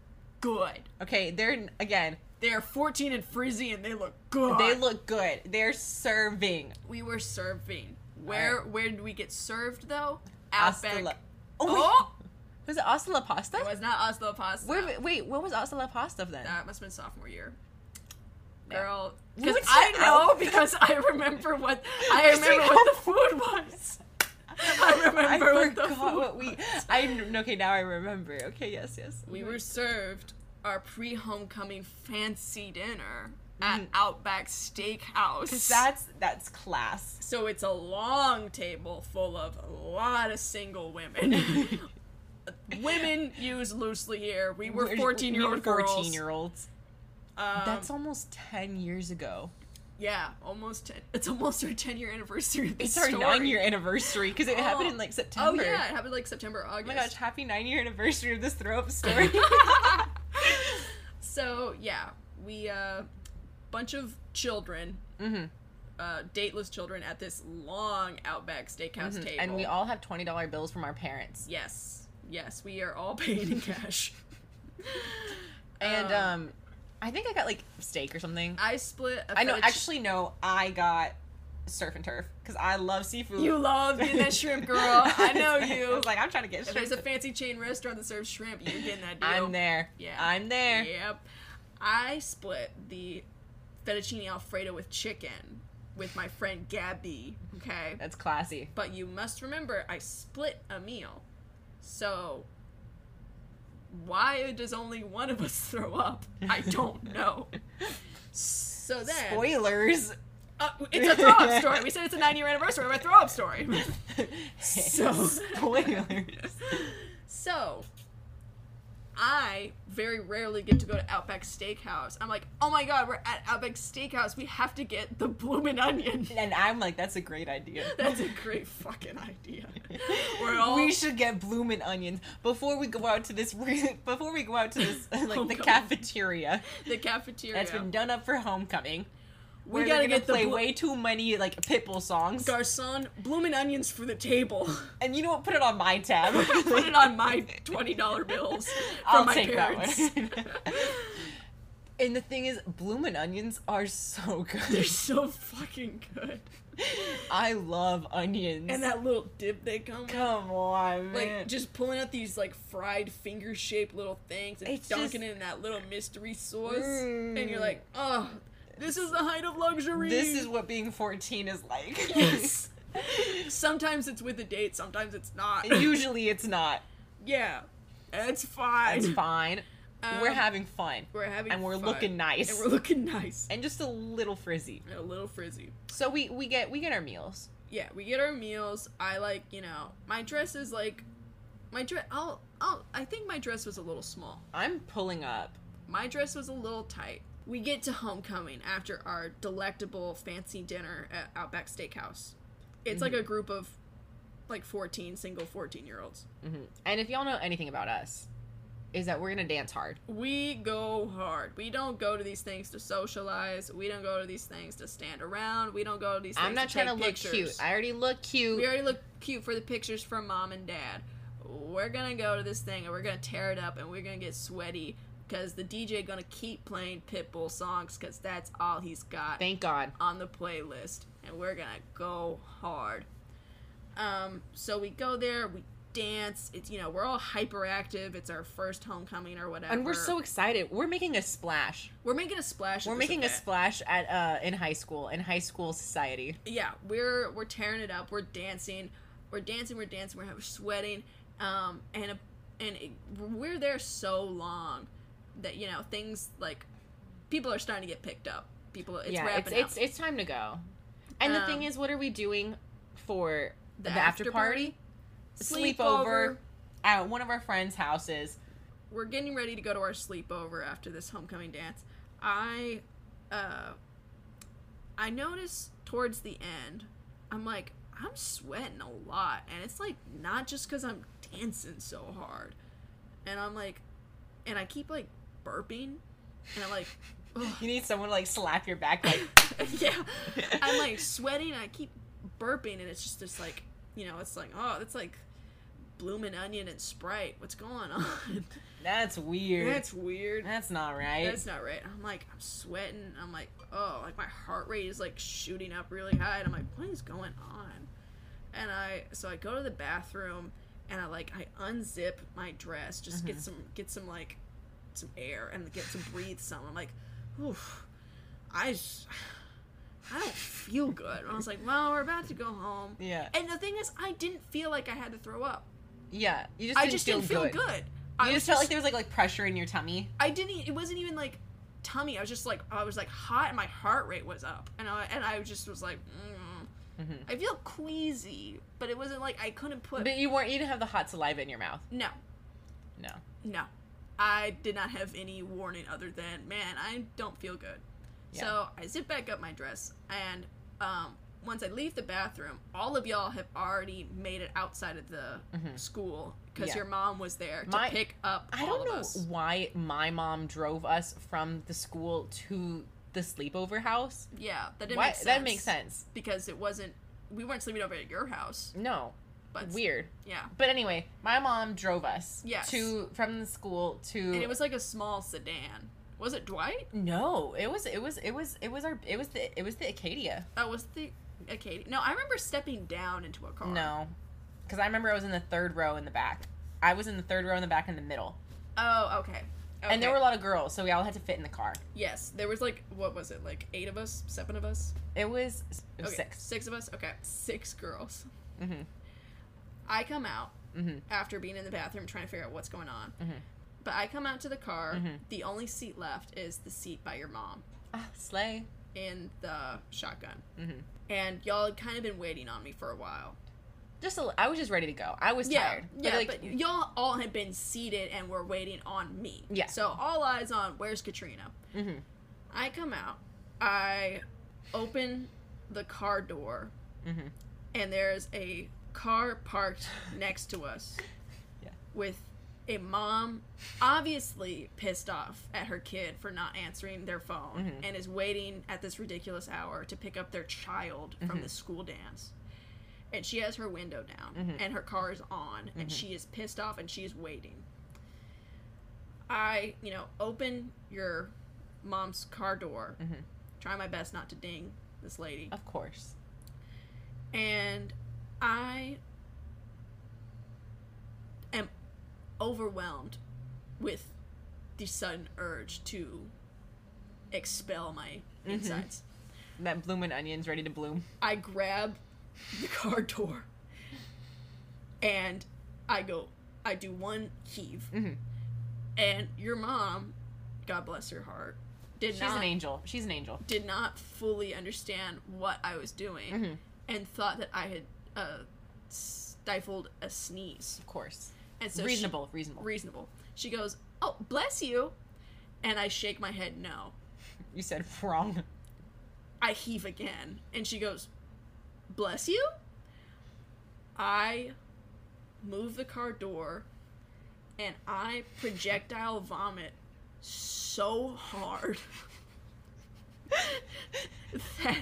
Speaker 2: good.
Speaker 1: Okay, they're again.
Speaker 2: They are 14 and frizzy, and they look good.
Speaker 1: They look good. They're serving.
Speaker 2: We were serving. Where
Speaker 1: Alright.
Speaker 2: where did we get served though?
Speaker 1: Hasta
Speaker 2: Outback.
Speaker 1: la-
Speaker 2: Oh,
Speaker 1: oh, wait. was it hasta la pasta?
Speaker 2: it was Uh, not us though, pasta.
Speaker 1: Where, wait, what was hasta la pasta then?
Speaker 2: That must have been sophomore year.
Speaker 1: Yeah.
Speaker 2: Girl,
Speaker 1: You
Speaker 2: because
Speaker 1: went to
Speaker 2: I know
Speaker 1: Outback.
Speaker 2: because I remember what I
Speaker 1: You're saying
Speaker 2: remember what the food was. I remember
Speaker 1: I
Speaker 2: what the
Speaker 1: forgot
Speaker 2: food
Speaker 1: what we. I kn- okay now I remember. Okay, yes, yes.
Speaker 2: We were served our pre-homecoming fancy dinner
Speaker 1: Mm.
Speaker 2: at Outback Steakhouse.
Speaker 1: That's that's class.
Speaker 2: So it's a long table full of a lot of single women. women used loosely here. We were
Speaker 1: We're-
Speaker 2: 14 year
Speaker 1: we
Speaker 2: old
Speaker 1: were
Speaker 2: girls.
Speaker 1: 14 year olds.
Speaker 2: Um,
Speaker 1: That's almost 10 years ago.
Speaker 2: yeah, almost 10. It's almost our 10 year anniversary. Of this
Speaker 1: It's our
Speaker 2: story.
Speaker 1: nine year anniversary because it happened
Speaker 2: Oh.
Speaker 1: in like
Speaker 2: Oh
Speaker 1: September.
Speaker 2: yeah, it happened like September, August.
Speaker 1: Oh my gosh, happy nine year anniversary of this throw up story. Mm-hmm.
Speaker 2: So yeah, we uh, bunch of children,
Speaker 1: Mhm.
Speaker 2: uh, dateless children at this long Outback Steakhouse table,
Speaker 1: Mm-hmm. and we all have $20 bills from our parents.
Speaker 2: yes, yes, we are all paid in cash.
Speaker 1: And
Speaker 2: Um,
Speaker 1: um, I think I got like steak or something.
Speaker 2: I split. A
Speaker 1: I know,
Speaker 2: fettuccine-
Speaker 1: actually, no, I got surf and turf because I love seafood.
Speaker 2: you love getting that shrimp, girl. I know
Speaker 1: I
Speaker 2: you.
Speaker 1: was like, I'm trying to get
Speaker 2: if there's
Speaker 1: shrimp.
Speaker 2: a fancy chain restaurant that serves shrimp, you're getting that deal.
Speaker 1: I'm there.
Speaker 2: Yeah.
Speaker 1: I'm there.
Speaker 2: Yep. I split the fettuccine alfredo with chicken with my friend Gabby, okay?
Speaker 1: That's classy.
Speaker 2: But you must remember, I split a meal. So, why does only one of us throw up? I don't know. So then,
Speaker 1: Spoilers.
Speaker 2: uh, it's a throw up story. We said it's a nine year anniversary of a throw up story. So-
Speaker 1: spoilers.
Speaker 2: So, I very rarely get to go to Outback Steakhouse. I'm like, oh my god, we're at Outback Steakhouse. We have to get the bloomin' onion.
Speaker 1: And I'm like, that's a great idea.
Speaker 2: That's a great fucking idea. We're all
Speaker 1: we should get bloomin' onions before we go out to this re- before we go out to this like the
Speaker 2: Homecoming.
Speaker 1: cafeteria
Speaker 2: the cafeteria.
Speaker 1: that's been done up for homecoming.
Speaker 2: we
Speaker 1: where
Speaker 2: gotta
Speaker 1: they're gonna
Speaker 2: get the
Speaker 1: play
Speaker 2: blo-
Speaker 1: way too many like Pitbull songs.
Speaker 2: garçon bloomin' onions for the table.
Speaker 1: and you know what? Put it on my tab.
Speaker 2: Put it on my twenty dollar bills from
Speaker 1: I'll
Speaker 2: my
Speaker 1: take that
Speaker 2: parents.
Speaker 1: one. and the thing is, bloomin' onions are so
Speaker 2: They're
Speaker 1: good.
Speaker 2: so fucking good.
Speaker 1: I love onions.
Speaker 2: And that little dip they come with.
Speaker 1: Come on,
Speaker 2: like
Speaker 1: man.
Speaker 2: just pulling out these like fried finger shaped little things and
Speaker 1: It's
Speaker 2: dunking
Speaker 1: just-
Speaker 2: it in that little mystery sauce,
Speaker 1: Mm.
Speaker 2: and you're like, oh, this is the height of luxury.
Speaker 1: this is what being 14 is like.
Speaker 2: yes. sometimes it's with a date, sometimes it's not.
Speaker 1: Usually it's not.
Speaker 2: yeah, that's fine.
Speaker 1: It's fine. we're
Speaker 2: Um,
Speaker 1: having fun.
Speaker 2: We're having
Speaker 1: and we're
Speaker 2: fun.
Speaker 1: looking nice.
Speaker 2: and we're looking nice
Speaker 1: And just a little frizzy.
Speaker 2: and a little frizzy.
Speaker 1: So we we get we get our meals.
Speaker 2: yeah, we get our meals. I like, you know, my dress is like, my dress. I'll, I'll. I think my dress was a little small.
Speaker 1: I'm pulling up.
Speaker 2: My dress was a little tight. We get to homecoming after our delectable fancy dinner at Outback Steakhouse. It's
Speaker 1: Mm-hmm.
Speaker 2: like a group of like 14 single 14 year olds.
Speaker 1: hmm And if y'all know anything about us, is that we're gonna dance hard.
Speaker 2: We go hard. We don't go to these things to socialize. We don't go to these things to stand around. We don't go to these things
Speaker 1: I'm not
Speaker 2: to
Speaker 1: trying to
Speaker 2: take
Speaker 1: look
Speaker 2: pictures.
Speaker 1: cute. I already look cute.
Speaker 2: We already look cute for the pictures from mom and dad. We're gonna go to this thing and we're gonna tear it up and we're gonna get sweaty because the DJ gonna keep playing Pitbull songs because that's all he's got
Speaker 1: Thank God.
Speaker 2: on the playlist and we're gonna go hard. Um, so we go there, we dance. It's you know we're all hyperactive. It's our first homecoming or whatever,
Speaker 1: And we're so excited. We're making a splash.
Speaker 2: we're making a splash. at
Speaker 1: We're
Speaker 2: this
Speaker 1: making a
Speaker 2: event.
Speaker 1: splash at uh in high school in high school society.
Speaker 2: yeah, we're we're tearing it up. We're dancing, we're dancing, we're dancing, we're having- sweating, um, and and it, we're there so long that you know things like people are starting to get picked up. People, it's
Speaker 1: yeah,
Speaker 2: wrapping
Speaker 1: it's, it's
Speaker 2: up.
Speaker 1: it's time to go. And the
Speaker 2: Um,
Speaker 1: thing is, what are we doing for the, after party?
Speaker 2: sleepover.
Speaker 1: Sleepover at one of our friends' houses.
Speaker 2: We're getting ready to go to our sleepover after this homecoming dance. I, uh, I notice towards the end, I'm like, I'm sweating a lot, and it's like not just because I'm dancing so hard, and I'm like, and I keep like burping, and I'm like, ugh.
Speaker 1: You need someone to like slap your back, like
Speaker 2: yeah, I'm like sweating, and I keep burping, and it's just this like, you know, it's like, oh, it's like, bloomin' onion and Sprite. What's going on?
Speaker 1: that's weird. That's,
Speaker 2: That's weird.
Speaker 1: not right.
Speaker 2: That's not right. I'm like, I'm sweating. I'm like, oh, like my heart rate is like shooting up really high. And I'm like, what is going on? And I, so I go to the bathroom and I like, I unzip my dress, just get
Speaker 1: Mm-hmm.
Speaker 2: some, get some like, some air and get to breathe some. I'm like, oof, I, s- I don't feel good. And I was like, well, we're about to go home.
Speaker 1: yeah,
Speaker 2: And the thing is, I didn't feel like I had to throw up.
Speaker 1: yeah. You just
Speaker 2: I
Speaker 1: didn't
Speaker 2: just
Speaker 1: feel
Speaker 2: didn't feel
Speaker 1: good.
Speaker 2: good.
Speaker 1: You
Speaker 2: I
Speaker 1: just felt like there was like like pressure in your tummy.
Speaker 2: I didn't. e- It wasn't even like tummy. I was just like I was like hot, and my heart rate was up, and I and I just was like, mm.
Speaker 1: Mhm.
Speaker 2: I feel queasy, but it wasn't like I couldn't put
Speaker 1: But you weren't. You didn't have the hot saliva in your mouth.
Speaker 2: no,
Speaker 1: No.
Speaker 2: no. I did not have any warning other than man, I don't feel good. So I zip back up my dress, and um, once I leave the bathroom, all of y'all have already made it outside of the
Speaker 1: Mhm.
Speaker 2: school because
Speaker 1: Yeah.
Speaker 2: your mom was there to
Speaker 1: My-
Speaker 2: pick up.
Speaker 1: I
Speaker 2: all
Speaker 1: don't
Speaker 2: of
Speaker 1: know
Speaker 2: us.
Speaker 1: why my mom drove us from the school to the sleepover house.
Speaker 2: Yeah, that didn't
Speaker 1: Why?
Speaker 2: make sense.
Speaker 1: That makes sense.
Speaker 2: because it wasn't we weren't sleeping over at your house
Speaker 1: No,
Speaker 2: but
Speaker 1: weird.
Speaker 2: yeah
Speaker 1: But anyway, my mom drove us.
Speaker 2: Yes.
Speaker 1: To from the school to.
Speaker 2: and it was like a small sedan was it dwight
Speaker 1: no. It was. It was. It was. It was our. It was the. It was the Acadia.
Speaker 2: that was the Acadia. no i remember stepping down into a car
Speaker 1: No, because I remember I was in the third row in the back. I was in the third row in the back in the middle.
Speaker 2: oh okay
Speaker 3: And there were a lot of girls, so we all had to fit in the car.
Speaker 2: yes, there was like what was it? Like eight of us, seven of us,
Speaker 3: It was, it was
Speaker 2: Okay, Mm-hmm.
Speaker 3: six.
Speaker 2: Six of us. Okay, six girls.
Speaker 3: Mhm.
Speaker 2: I come out
Speaker 3: Mhm.
Speaker 2: after being in the bathroom trying to figure out what's going on.
Speaker 3: Mhm.
Speaker 2: But I come out to the car.
Speaker 3: Mhm.
Speaker 2: The only seat left is the seat by your mom
Speaker 3: Ah, slay.
Speaker 2: in the shotgun.
Speaker 3: Mm-hmm.
Speaker 2: And y'all had kind of been waiting on me for a while.
Speaker 3: Just a, li- I was just ready to go. I was
Speaker 2: yeah,
Speaker 3: tired.
Speaker 2: yeah.
Speaker 3: like,
Speaker 2: but y'all all had been seated and were waiting on me.
Speaker 3: Yeah.
Speaker 2: So all eyes on where's Katrina.
Speaker 3: Mhm.
Speaker 2: Mm-hmm. I come out. I open the car door, Mm-hmm.
Speaker 3: Mhm.
Speaker 2: and there's a car parked next to us
Speaker 3: Yeah.
Speaker 2: with a mom obviously pissed off at her kid for not answering their phone
Speaker 3: Mhm.
Speaker 2: and is waiting at this ridiculous hour to pick up their child from the school dance. And she has her window down
Speaker 3: Mhm.
Speaker 2: and her car is on and she is pissed off and she is waiting. I, you know, open your mom's car door.
Speaker 3: Mhm.
Speaker 2: Try my best not to ding this lady
Speaker 3: of course.
Speaker 2: and I am overwhelmed with the sudden urge to expel my
Speaker 3: Mm-hmm.
Speaker 2: insides.
Speaker 3: That bloomin' onion's ready to bloom.
Speaker 2: I grab the car door and I go, I do one heave.
Speaker 3: Mhm.
Speaker 2: And your mom, God bless her heart, did
Speaker 3: She's
Speaker 2: not
Speaker 3: an angel. She's an angel.
Speaker 2: did not fully understand what I was doing
Speaker 3: Mhm.
Speaker 2: and thought that I had uh, stifled a sneeze.
Speaker 3: Of course.
Speaker 2: And so she-
Speaker 3: reasonable. reasonable.
Speaker 2: reasonable. She goes, "Oh, bless you," and I shake my head no.
Speaker 3: you said wrong.
Speaker 2: I heave again, and she goes, "Bless you." I move the car door, and I projectile vomit so hard that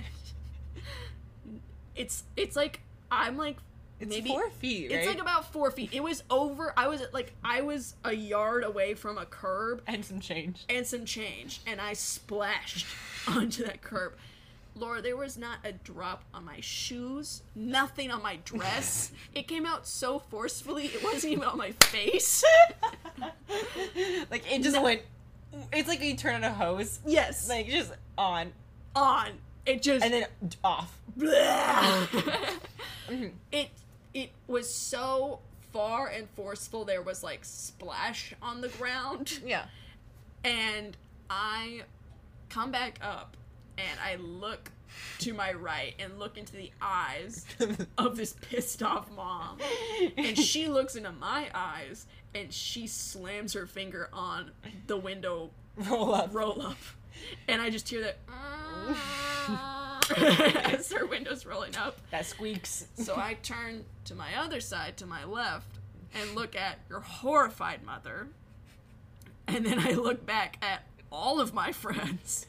Speaker 2: it's it's like I'm like
Speaker 3: It's
Speaker 2: maybe
Speaker 3: four feet, right?
Speaker 2: it's like about four feet. It was over. I was like I was a yard away from a curb
Speaker 3: and some change.
Speaker 2: and some change, and I splashed onto that curb. Laura, there was not a drop on my shoes, nothing on my dress. it came out so forcefully, it wasn't even on my face.
Speaker 3: like it just
Speaker 2: No.
Speaker 3: went. It's like you turn on a hose,
Speaker 2: yes,
Speaker 3: like just on
Speaker 2: on it just
Speaker 3: and then off. Mm-hmm.
Speaker 2: it it was so far and forceful. There was like splash on the ground.
Speaker 3: Yeah.
Speaker 2: and I come back up and I look to my right and look into the eyes of this pissed off mom. And she looks into my eyes and she slams her finger on the window
Speaker 3: Roll up.
Speaker 2: roll up. And I just hear that "Ah," as her window's rolling up.
Speaker 3: That squeaks.
Speaker 2: So I turn to my other side, to my left, and look at your horrified mother. And then I look back at all of my friends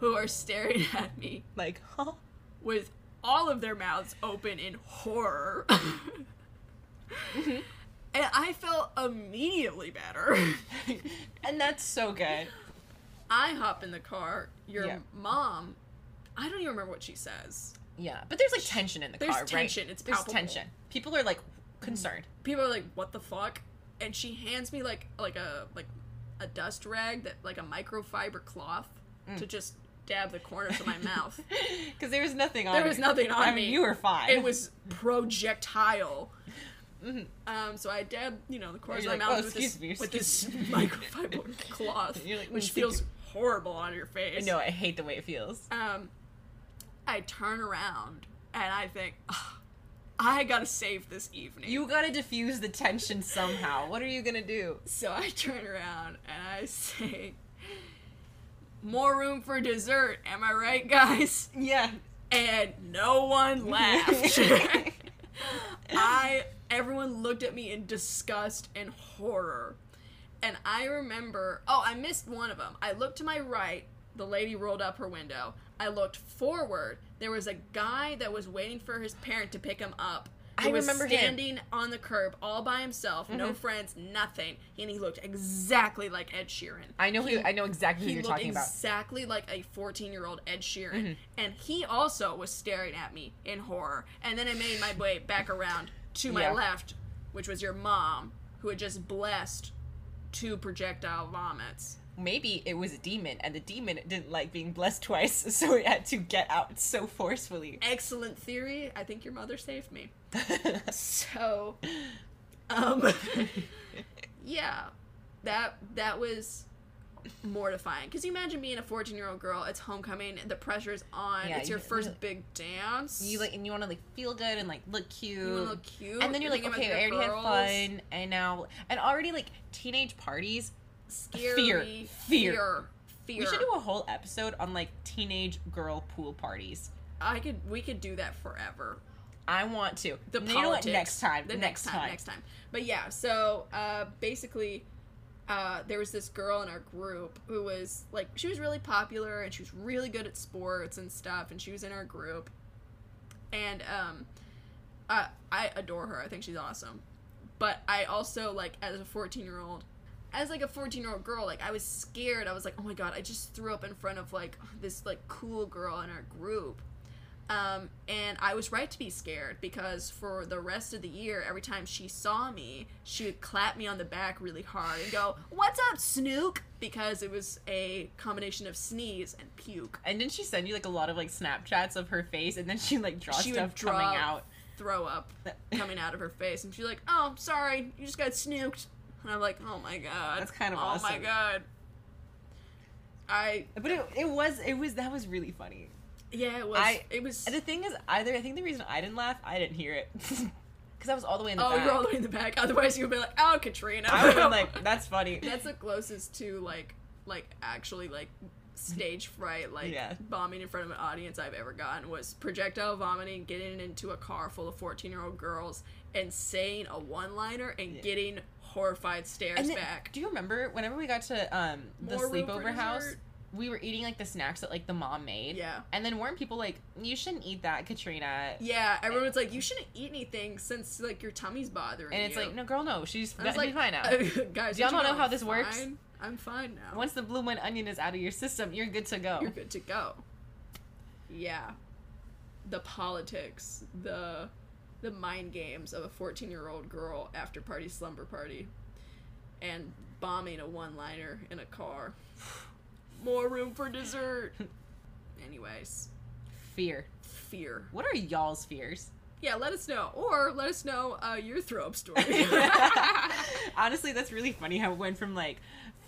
Speaker 2: who are staring at me
Speaker 3: like, huh?
Speaker 2: with all of their mouths open in horror. And I felt immediately better.
Speaker 3: and that's so good.
Speaker 2: I hop in the car. Your
Speaker 3: Yeah.
Speaker 2: mom, I don't even remember what she says.
Speaker 3: Yeah, but there's like tension in the
Speaker 2: There's
Speaker 3: car, right?
Speaker 2: tension, it's
Speaker 3: there's
Speaker 2: palpable.
Speaker 3: tension. People are like concerned.
Speaker 2: people are like, "What the fuck?" And she hands me like like a like a dust rag that like a microfiber cloth
Speaker 3: Mm.
Speaker 2: to just dab the corners of my mouth.
Speaker 3: Because there was nothing on.
Speaker 2: There
Speaker 3: me.
Speaker 2: was nothing on
Speaker 3: I mean,
Speaker 2: me.
Speaker 3: you were fine. Mm-hmm.
Speaker 2: It was projectile. Um, so I dab, you know, the corners
Speaker 3: You're
Speaker 2: of my
Speaker 3: like,
Speaker 2: mouth
Speaker 3: "Oh,
Speaker 2: with
Speaker 3: excuse
Speaker 2: this
Speaker 3: me,
Speaker 2: with this
Speaker 3: excuse
Speaker 2: microfiber cloth,
Speaker 3: You're like,
Speaker 2: which
Speaker 3: "Mm,
Speaker 2: feels
Speaker 3: thank
Speaker 2: horrible on your face.
Speaker 3: No, I hate the way it feels.
Speaker 2: Um, I turn around and I think, "Ugh, I gotta save this evening.
Speaker 3: You gotta diffuse the tension somehow. What are you gonna do?
Speaker 2: So I turn around and I say, More room for dessert, am I right, guys?
Speaker 3: Yeah.
Speaker 2: And no one laughed. I everyone looked at me in disgust and horror. And I remember, oh, I missed one of them. I looked to my right, the lady rolled up her window. I looked forward. There was a guy that was waiting for his parent to pick him up. He
Speaker 3: I
Speaker 2: was
Speaker 3: remember him. Mm-hmm.
Speaker 2: standing on the curb all by himself, no friends, nothing, and he looked exactly like Ed Sheeran.
Speaker 3: I know who. I know exactly who
Speaker 2: He
Speaker 3: you're
Speaker 2: looked
Speaker 3: talking about. Mm-hmm.
Speaker 2: exactly like a 14 year old Ed Sheeran. And he also was staring at me in horror. And then I made my way back around to my
Speaker 3: Yeah.
Speaker 2: left, which was your mom, who had just blessed two projectile vomits.
Speaker 1: Maybe it was a demon, and the demon didn't like being blessed twice, so it had to get out so forcefully.
Speaker 2: Excellent theory. I think your mother saved me. So, um, yeah, that that was mortifying. Cause you imagine being a fourteen-year-old girl. It's homecoming. The pressure's on.
Speaker 1: Yeah,
Speaker 2: it's
Speaker 1: you-
Speaker 2: your first
Speaker 1: you-
Speaker 2: big dance.
Speaker 1: you like, and you want to like feel good and like look cute.
Speaker 2: You wanna look cute.
Speaker 1: and then you're like,
Speaker 2: hanging with
Speaker 1: okay, I
Speaker 2: your
Speaker 1: already had
Speaker 2: girls.
Speaker 1: fun, and now, and already like teenage parties.
Speaker 2: Scary.
Speaker 1: Fear.
Speaker 2: Fear. Fear.
Speaker 1: We should do a whole episode on like teenage girl pool parties.
Speaker 2: I could. We could do that forever.
Speaker 1: I want to.
Speaker 2: the
Speaker 1: you
Speaker 2: politics.
Speaker 1: know what? Next time.
Speaker 2: The next, time, Next time. But yeah, so uh, basically, uh, there was this girl in our group who was like, she was really popular and she was really good at sports and stuff, and she was in our group. And um, I, I adore her. I think she's awesome. But I also like, as a fourteen-year-old. As like a fourteen-year-old girl, like I was scared. I was like, "Oh my god!" I just threw up in front of like this like cool girl in our group, um, and I was right to be scared because for the rest of the year, every time she saw me, she would clap me on the back really hard and go, What's up, Snook? Because it was a combination of sneeze and puke.
Speaker 1: And didn't she send you like a lot of like Snapchats of her face, and then she like draw
Speaker 2: she
Speaker 1: stuff
Speaker 2: would draw
Speaker 1: coming out.
Speaker 2: throw up coming out of her face. And she's like, Oh, sorry, you just got snooked. And I'm like, Oh my god.
Speaker 1: That's kind of
Speaker 2: oh Oh my
Speaker 1: awesome.
Speaker 2: god. I,
Speaker 1: But it, it was it was that was really funny.
Speaker 2: yeah, it was,
Speaker 1: I-
Speaker 2: it was,
Speaker 1: And the thing is, either I think the reason I didn't laugh, I didn't hear it because I was all the way in the
Speaker 2: oh,
Speaker 1: back.
Speaker 2: you're all the way in the back. Otherwise, you'd be like, Oh, Katrina.
Speaker 1: I would have been like, that's funny.
Speaker 2: That's the closest to like like actually like stage fright like
Speaker 1: Yeah.
Speaker 2: bombing in front of an audience I've ever gotten was projectile vomiting, getting into a car full of 14-year-old girls and saying a one-liner and
Speaker 1: Yeah.
Speaker 2: getting horrified stares
Speaker 1: And then-
Speaker 2: back.
Speaker 1: Do you remember whenever we got to um the
Speaker 2: More room for
Speaker 1: sleepover house,
Speaker 2: dessert?
Speaker 1: we were eating like the snacks that like the mom made.
Speaker 2: Yeah.
Speaker 1: And then weren't people like, you shouldn't eat that, Katrina?
Speaker 2: Yeah, everyone was like you shouldn't eat anything since like your tummy's bothering
Speaker 1: And it's
Speaker 2: you."
Speaker 1: like, no, girl, no, she's
Speaker 2: I was "Oh."
Speaker 1: that, like, fine now.
Speaker 2: Guys,
Speaker 1: Do y'all
Speaker 2: don't you
Speaker 1: not know
Speaker 2: I'm
Speaker 1: how this works?
Speaker 2: fine? I'm fine now.
Speaker 1: Once the blue one onion is out of your system, you're good to go.
Speaker 2: you're good to go. Yeah. The politics, the the mind games of a 14-year-old girl after party slumber party and bombing a one-liner in a car. More room for dessert. Anyways,
Speaker 1: Fear.
Speaker 2: fear.
Speaker 1: What are y'all's fears?
Speaker 2: Yeah, let us know or let us know uh, your throw up story.
Speaker 1: Honestly, that's really funny how it went from like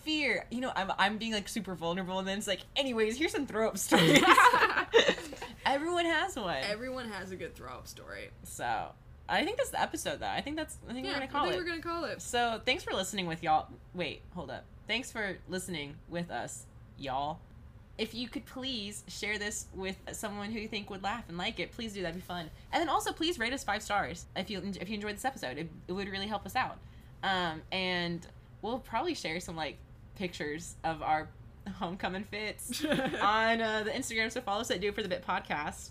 Speaker 1: fear, you know, I'm I'm being like super vulnerable, and then it's like, anyways, here's some throw up stories. Everyone has one.
Speaker 2: Everyone has a good throw up story.
Speaker 1: so I think that's the episode, though. I think that's I think
Speaker 2: Yeah,
Speaker 1: we're gonna
Speaker 2: I think
Speaker 1: call it.
Speaker 2: we're going to call it.
Speaker 1: So thanks for listening with y'all. Wait, hold up. Thanks for listening with us, y'all. If you could please share this with someone who you think would laugh and like it, please do. That'd be fun. And then also please rate us five stars if you if you enjoyed this episode. It, it would really help us out. Um, and we'll probably share some like pictures of our homecoming fits on uh, the Instagram. So follow us at Do It For The Bit Podcast,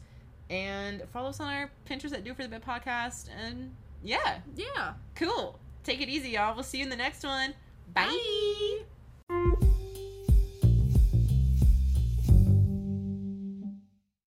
Speaker 1: and follow us on our Pinterest at Do It For The Bit Podcast. And yeah,
Speaker 2: yeah.
Speaker 1: Cool. Take it easy, y'all. We'll see you in the next one. Bye.
Speaker 2: Bye.